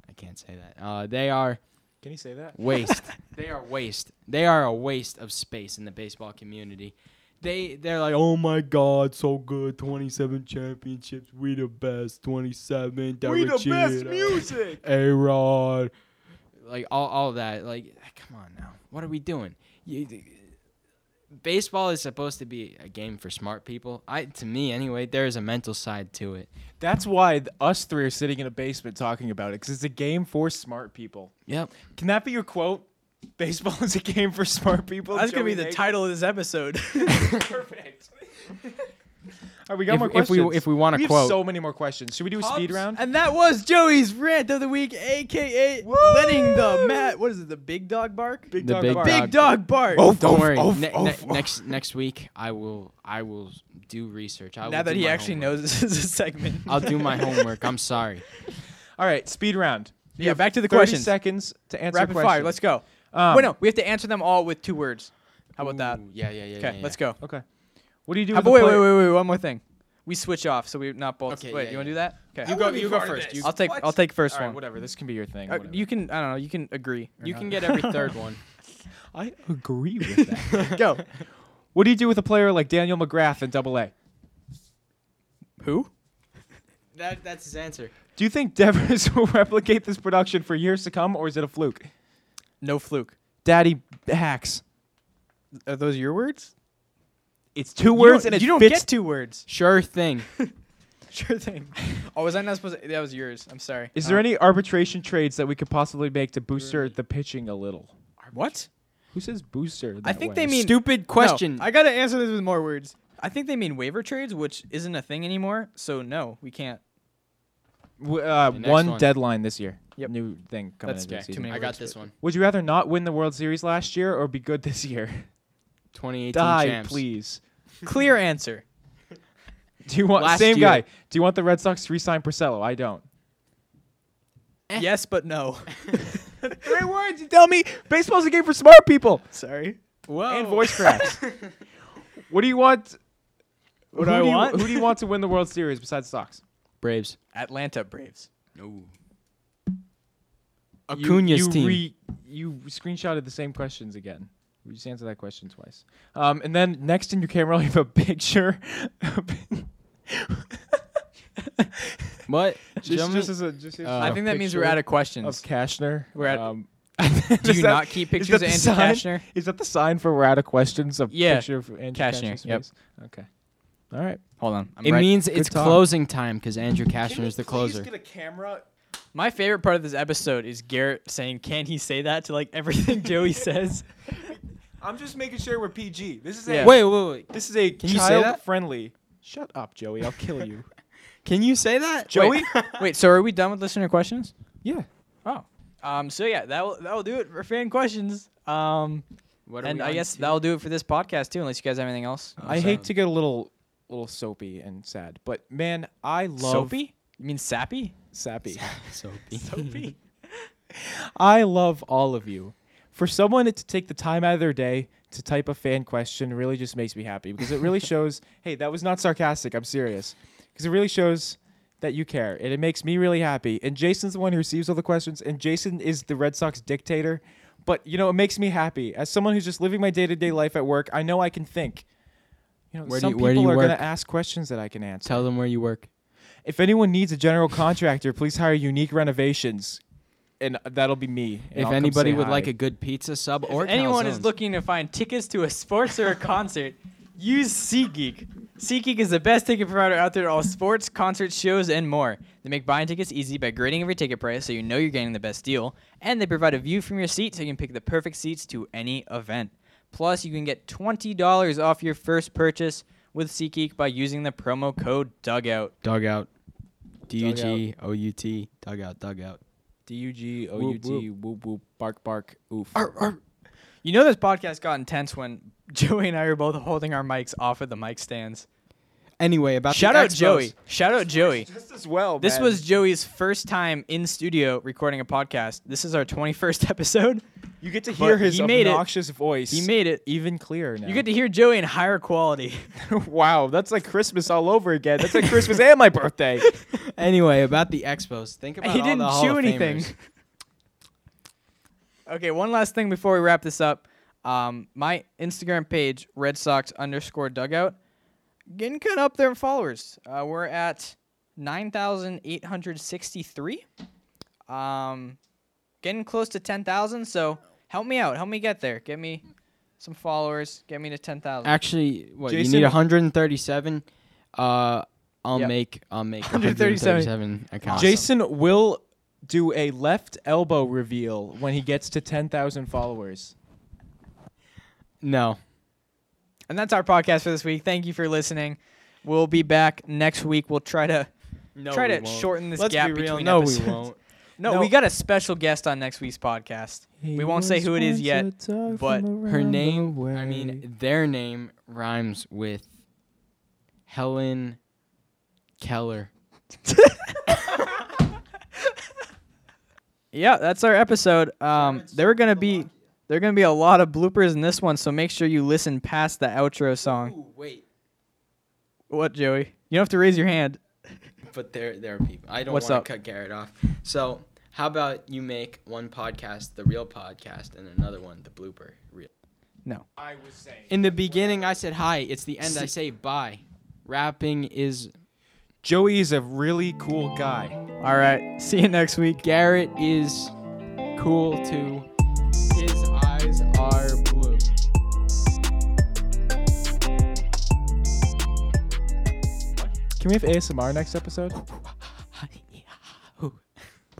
[SPEAKER 3] I can't say that. Uh, they are
[SPEAKER 2] Can you say that?
[SPEAKER 3] waste. they are waste. They are a waste of space in the baseball community. They they're like, oh my god, so good, twenty seven championships, we the best, twenty seven. We the best music. A Rod, like all all that. Like, come on now, what are we doing? You, baseball is supposed to be a game for smart people. I to me anyway, there is a mental side to it.
[SPEAKER 2] That's why th- us three are sitting in a basement talking about it because it's a game for smart people.
[SPEAKER 3] Yep.
[SPEAKER 2] Can that be your quote? Baseball is a game for smart people.
[SPEAKER 1] That's gonna be
[SPEAKER 2] Joey
[SPEAKER 1] the
[SPEAKER 2] Nagel?
[SPEAKER 1] title of this episode.
[SPEAKER 2] Perfect. All right, we got
[SPEAKER 3] If-
[SPEAKER 2] more
[SPEAKER 3] if we-
[SPEAKER 2] questions.
[SPEAKER 3] if we want a
[SPEAKER 2] we have
[SPEAKER 3] quote.
[SPEAKER 2] so many more questions. Should we do a speed round?
[SPEAKER 1] and that was Joey's rant of the week, aka letting the mat. What is it? The big dog bark.
[SPEAKER 2] Big
[SPEAKER 3] The
[SPEAKER 2] dog
[SPEAKER 3] big
[SPEAKER 2] bark.
[SPEAKER 3] dog.
[SPEAKER 1] Big dog bark.
[SPEAKER 3] Don't worry. Ne- ne- next next week, I will I will do research. I will
[SPEAKER 1] now that
[SPEAKER 3] do
[SPEAKER 1] he
[SPEAKER 3] my
[SPEAKER 1] actually
[SPEAKER 3] homework.
[SPEAKER 1] knows this is a segment.
[SPEAKER 3] I'll do my homework. I'm sorry.
[SPEAKER 2] All right, speed round. You
[SPEAKER 1] Yeah,
[SPEAKER 2] have
[SPEAKER 1] back to the
[SPEAKER 2] 30
[SPEAKER 1] questions.
[SPEAKER 2] seconds to answer
[SPEAKER 1] Rapid
[SPEAKER 2] questions.
[SPEAKER 1] fire. Let's go.
[SPEAKER 2] Um,
[SPEAKER 1] Wait, no, we have to answer them all with two words. How about that?
[SPEAKER 3] Ooh, Yeah, yeah, yeah.
[SPEAKER 1] Okay,
[SPEAKER 3] yeah,
[SPEAKER 1] let's
[SPEAKER 3] yeah.
[SPEAKER 1] go.
[SPEAKER 2] Okay. What do you do?
[SPEAKER 1] How
[SPEAKER 2] with
[SPEAKER 1] about,
[SPEAKER 2] the
[SPEAKER 1] Ah, wait,
[SPEAKER 2] player-
[SPEAKER 1] wait, wait, wait. One more thing. We switch off, so we're not both.
[SPEAKER 3] Okay,
[SPEAKER 1] wait,
[SPEAKER 3] yeah,
[SPEAKER 1] you want to
[SPEAKER 3] yeah.
[SPEAKER 1] do that?
[SPEAKER 3] You
[SPEAKER 1] Okay.
[SPEAKER 3] go. You go first. You,
[SPEAKER 1] I'll take. I'll take first
[SPEAKER 2] All right,
[SPEAKER 1] one.
[SPEAKER 2] whatever. This can be your thing.
[SPEAKER 1] Uh,
[SPEAKER 2] whatever.
[SPEAKER 1] you can. I don't know. You can agree. or
[SPEAKER 3] you
[SPEAKER 1] not.
[SPEAKER 3] can get every third one.
[SPEAKER 2] I agree with that.
[SPEAKER 1] go.
[SPEAKER 2] what do you do with a player like Daniel McGrath in Double A?
[SPEAKER 1] Who?
[SPEAKER 3] That that's his answer.
[SPEAKER 2] Do you think Devers will replicate this production for years to come, or is it a fluke?
[SPEAKER 1] No fluke.
[SPEAKER 2] Daddy hacks.
[SPEAKER 1] Are those your words?
[SPEAKER 2] It's two
[SPEAKER 1] You
[SPEAKER 2] words
[SPEAKER 1] don't-
[SPEAKER 2] and it
[SPEAKER 1] you don't
[SPEAKER 2] fits.
[SPEAKER 1] get two words.
[SPEAKER 3] Sure thing.
[SPEAKER 1] Sure thing. oh, was I not supposed? to? That was yours. I'm sorry. Uh,
[SPEAKER 2] is there any arbitration trades that we could possibly make to booster the pitching a little?
[SPEAKER 1] what?
[SPEAKER 2] Who says booster?
[SPEAKER 1] I
[SPEAKER 2] that
[SPEAKER 1] think
[SPEAKER 2] way?
[SPEAKER 1] they mean
[SPEAKER 3] Stupid question.
[SPEAKER 1] No, I gotta answer this with more words. I think they mean waiver trades, which isn't a thing anymore. So no, we can't.
[SPEAKER 2] W- uh,
[SPEAKER 3] next
[SPEAKER 2] one,
[SPEAKER 3] one.
[SPEAKER 2] deadline this year.
[SPEAKER 1] Yep.
[SPEAKER 2] New thing coming
[SPEAKER 1] That's
[SPEAKER 2] into the
[SPEAKER 1] okay. Too
[SPEAKER 2] season.
[SPEAKER 1] many-
[SPEAKER 3] I got this one.
[SPEAKER 2] Would you rather not win the World Series last year or be good this year?
[SPEAKER 3] 2018
[SPEAKER 2] Die,
[SPEAKER 3] champs.
[SPEAKER 2] please.
[SPEAKER 1] Clear answer.
[SPEAKER 2] Do you want
[SPEAKER 3] Last
[SPEAKER 2] same
[SPEAKER 3] year.
[SPEAKER 2] guy? Do you want the Red Sox to resign Porcello? I don't.
[SPEAKER 1] yes, but no.
[SPEAKER 2] Three words. You tell me. Baseball's a game for smart people
[SPEAKER 1] Sorry. Whoa.
[SPEAKER 2] and voice cracks. what do you want?
[SPEAKER 1] What
[SPEAKER 2] who
[SPEAKER 1] do I
[SPEAKER 2] do you-
[SPEAKER 1] want?
[SPEAKER 2] who do you want to win the World Series besides Sox?
[SPEAKER 3] Braves.
[SPEAKER 1] Atlanta Braves.
[SPEAKER 3] No.
[SPEAKER 2] You-
[SPEAKER 3] Acuna's
[SPEAKER 2] you
[SPEAKER 3] team.
[SPEAKER 2] Re, you screenshotted the same questions again. We just answered that question twice. Um, and then next in your camera, you have a picture.
[SPEAKER 3] what?
[SPEAKER 2] just,
[SPEAKER 3] Jimmy?
[SPEAKER 2] just as a, just as
[SPEAKER 3] Uh,
[SPEAKER 2] a
[SPEAKER 1] I think that means we're
[SPEAKER 2] picture
[SPEAKER 1] out of questions.
[SPEAKER 2] of Kashner. Um,
[SPEAKER 1] We're at-
[SPEAKER 2] do
[SPEAKER 1] Do you not keep pictures of Andrew Kashner?
[SPEAKER 2] Is that the sign for we're out of questions? A
[SPEAKER 1] Yeah,
[SPEAKER 2] picture of Andrew
[SPEAKER 1] Kashner,
[SPEAKER 2] Kashner's
[SPEAKER 1] yep.
[SPEAKER 2] face? Okay. All right.
[SPEAKER 1] Hold on. I'm
[SPEAKER 3] it
[SPEAKER 1] right-
[SPEAKER 3] means it's
[SPEAKER 2] talk.
[SPEAKER 3] closing time because Andrew Cashner is the closer.
[SPEAKER 2] a camera.
[SPEAKER 1] My favorite part of this episode is Garrett saying, "Can he say that?" to like everything Joey says.
[SPEAKER 2] I'm just making sure we're PG. This is
[SPEAKER 1] a- Yeah.
[SPEAKER 3] Wait, wait, wait.
[SPEAKER 2] This is a
[SPEAKER 3] you say that?
[SPEAKER 2] friendly. Shut up, Joey. I'll kill you.
[SPEAKER 3] Can you say that?
[SPEAKER 1] Joey. Wait. So are we done with listener questions?
[SPEAKER 2] yeah.
[SPEAKER 1] Oh. Um. So yeah, that will that will do it for fan questions. Um.
[SPEAKER 3] What are
[SPEAKER 1] And
[SPEAKER 3] we
[SPEAKER 1] I
[SPEAKER 3] on
[SPEAKER 1] guess
[SPEAKER 3] to?
[SPEAKER 1] that'll do it for this podcast too, unless you guys have anything else.
[SPEAKER 2] I hate to get a little little soapy and sad, but man, I love
[SPEAKER 1] Soapy? You mean sappy?
[SPEAKER 2] sappy.
[SPEAKER 3] Soapy.
[SPEAKER 1] Soapy.
[SPEAKER 2] I love all of you. For someone to take the time out of their day to type a fan question really just makes me happy because it really shows, hey, that was not sarcastic. I'm serious. Because it really shows that you care and it makes me really happy. And Jason's the one who receives all the questions and Jason is the Red Sox dictator. But, you know, it makes me happy. As someone who's just living my day to day life at work, I know I can think. You know,
[SPEAKER 3] Where do
[SPEAKER 2] some
[SPEAKER 3] you- where do
[SPEAKER 2] people
[SPEAKER 3] you
[SPEAKER 2] are going
[SPEAKER 3] work?
[SPEAKER 2] to ask questions that I can answer.
[SPEAKER 3] Tell them where you work.
[SPEAKER 2] If anyone needs a general contractor, please hire Unique Renovations, and that'll be me. and I'll
[SPEAKER 3] if
[SPEAKER 2] come
[SPEAKER 3] anybody
[SPEAKER 2] say
[SPEAKER 3] would
[SPEAKER 2] hi.
[SPEAKER 3] like a good pizza sub or
[SPEAKER 1] If anyone is
[SPEAKER 3] calzones.
[SPEAKER 1] looking to find tickets to a sports or a concert, use SeatGeek. SeatGeek is the best ticket provider out there to all sports, concerts, shows, and more. They make buying tickets easy by grading every ticket price so you know you're getting the best deal, and they provide a view from your seat so you can pick the perfect seats to any event. Plus, you can get $20 off your first purchase with SeatGeek by using the promo code DUGOUT.
[SPEAKER 3] Dugout. D U G O U T. Dugout. Dugout.
[SPEAKER 5] D U G O U T whoop whoop bark bark oof.
[SPEAKER 1] You know this podcast got intense when Joey and I were both holding our mics off of the mic stands.
[SPEAKER 3] Anyway, about
[SPEAKER 1] Shout
[SPEAKER 3] the
[SPEAKER 1] out
[SPEAKER 3] Expos.
[SPEAKER 1] Joey. Shout out Joey.
[SPEAKER 6] Just as well.
[SPEAKER 1] This
[SPEAKER 6] man.
[SPEAKER 1] was Joey's first time in studio recording a podcast. This is our 21st episode.
[SPEAKER 2] You get to
[SPEAKER 1] hear his
[SPEAKER 2] obnoxious voice.
[SPEAKER 1] He made it.
[SPEAKER 2] even clearer now.
[SPEAKER 1] You get to hear Joey in higher quality.
[SPEAKER 2] wow, that's like Christmas all over again. That's like Christmas and my birthday.
[SPEAKER 3] Anyway, about the Expos. Think about
[SPEAKER 1] he
[SPEAKER 3] all the
[SPEAKER 1] didn't
[SPEAKER 3] Hall
[SPEAKER 1] chew
[SPEAKER 3] of
[SPEAKER 1] anything.
[SPEAKER 3] Famers.
[SPEAKER 1] okay, one last thing before we wrap this up. Um, my Instagram page, Red Sox underscore dugout, getting cut up there in followers. Uh, we're at 9,863. Um, getting close to 10,000, so help me out. Help me get there. Get me some followers. Get me to 10,000.
[SPEAKER 3] Actually, what you
[SPEAKER 2] Jason-
[SPEAKER 3] need 137. Uh, I'll
[SPEAKER 1] Yep.
[SPEAKER 3] make I'll make
[SPEAKER 1] 137.
[SPEAKER 3] 137 accounts.
[SPEAKER 2] Jason will do a left elbow reveal when he gets to 10,000 followers.
[SPEAKER 3] No.
[SPEAKER 1] And that's our podcast for this week. Thank you for listening. We'll be back next week. We'll try to
[SPEAKER 3] No.
[SPEAKER 1] try
[SPEAKER 3] we
[SPEAKER 1] to
[SPEAKER 3] won't.
[SPEAKER 1] shorten this
[SPEAKER 3] Let's
[SPEAKER 1] gap
[SPEAKER 3] be real.
[SPEAKER 1] between
[SPEAKER 3] No,
[SPEAKER 1] episodes.
[SPEAKER 3] we won't.
[SPEAKER 1] No,
[SPEAKER 2] No.
[SPEAKER 1] we got a special guest on next week's podcast. we won't say who it is yet, but
[SPEAKER 3] Her name, I mean, their name rhymes with Helen Keller.
[SPEAKER 1] yeah, that's our episode. Um, there are gonna be there are gonna be a lot of bloopers in this one, so make sure you listen past the outro song.
[SPEAKER 3] wait,
[SPEAKER 1] What, Joey? You don't have to raise your hand.
[SPEAKER 3] but there, there are people. I don't
[SPEAKER 1] What's
[SPEAKER 3] want to
[SPEAKER 1] up?
[SPEAKER 3] cut Garrett off. So, how about you make one podcast the real podcast and another one the blooper real?
[SPEAKER 1] No.
[SPEAKER 2] I was saying.
[SPEAKER 3] In the beginning, I said hi. It's the end, I say bye. Rapping is
[SPEAKER 2] Joey is a really cool guy.
[SPEAKER 1] All right. See you next week.
[SPEAKER 3] Garrett is cool too. His eyes are blue.
[SPEAKER 2] Can we have ASMR next episode?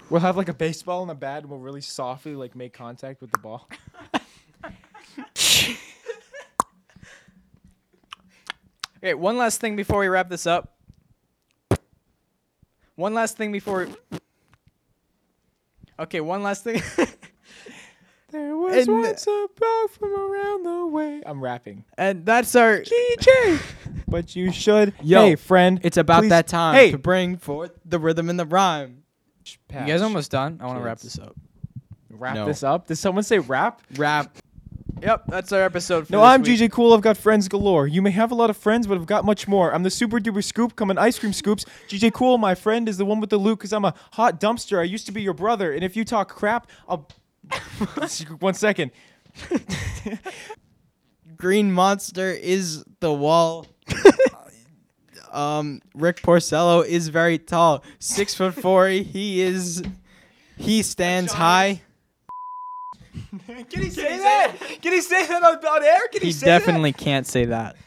[SPEAKER 2] We'll have like a baseball and a bat and we'll really softly like make contact with the ball.
[SPEAKER 1] Okay. One last thing before we wrap this up. One last thing before. We... Okay. One last thing.
[SPEAKER 2] There was
[SPEAKER 1] And-
[SPEAKER 2] once a dog from around the way. I'm rapping.
[SPEAKER 1] and that's our.
[SPEAKER 2] DJ. but you should.
[SPEAKER 3] Yo,
[SPEAKER 2] hey, friend.
[SPEAKER 3] It's about
[SPEAKER 2] please-
[SPEAKER 3] that time
[SPEAKER 2] Hey,
[SPEAKER 3] to bring forth the rhythm and the rhyme.
[SPEAKER 1] You guys
[SPEAKER 2] Patch,
[SPEAKER 1] almost done. I want to wrap
[SPEAKER 3] Kids.
[SPEAKER 1] this up.
[SPEAKER 2] wrap
[SPEAKER 3] No.
[SPEAKER 2] this up. Did someone say rap?
[SPEAKER 3] Rap.
[SPEAKER 1] Yep. That's our episode. For
[SPEAKER 2] No,
[SPEAKER 1] this
[SPEAKER 2] I'm
[SPEAKER 1] week.
[SPEAKER 2] DJ Cool. I've got friends galore. You may have a lot of friends, but I've got much more. I'm the super duper scoop, coming ice cream scoops. DJ Cool, my friend, is the one with the loot, because I'm a hot dumpster. I used to be your brother, and if you talk crap, I'll. one second.
[SPEAKER 3] Green Monster is the wall. um, Rick Porcello is very tall, six foot four. He is. He stands high.
[SPEAKER 2] Can he say that? Can he say that on, on air? Can he,
[SPEAKER 1] He
[SPEAKER 2] say
[SPEAKER 1] definitely can't say that.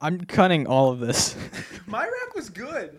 [SPEAKER 1] I'm cutting all of this.
[SPEAKER 2] that? My rap was good.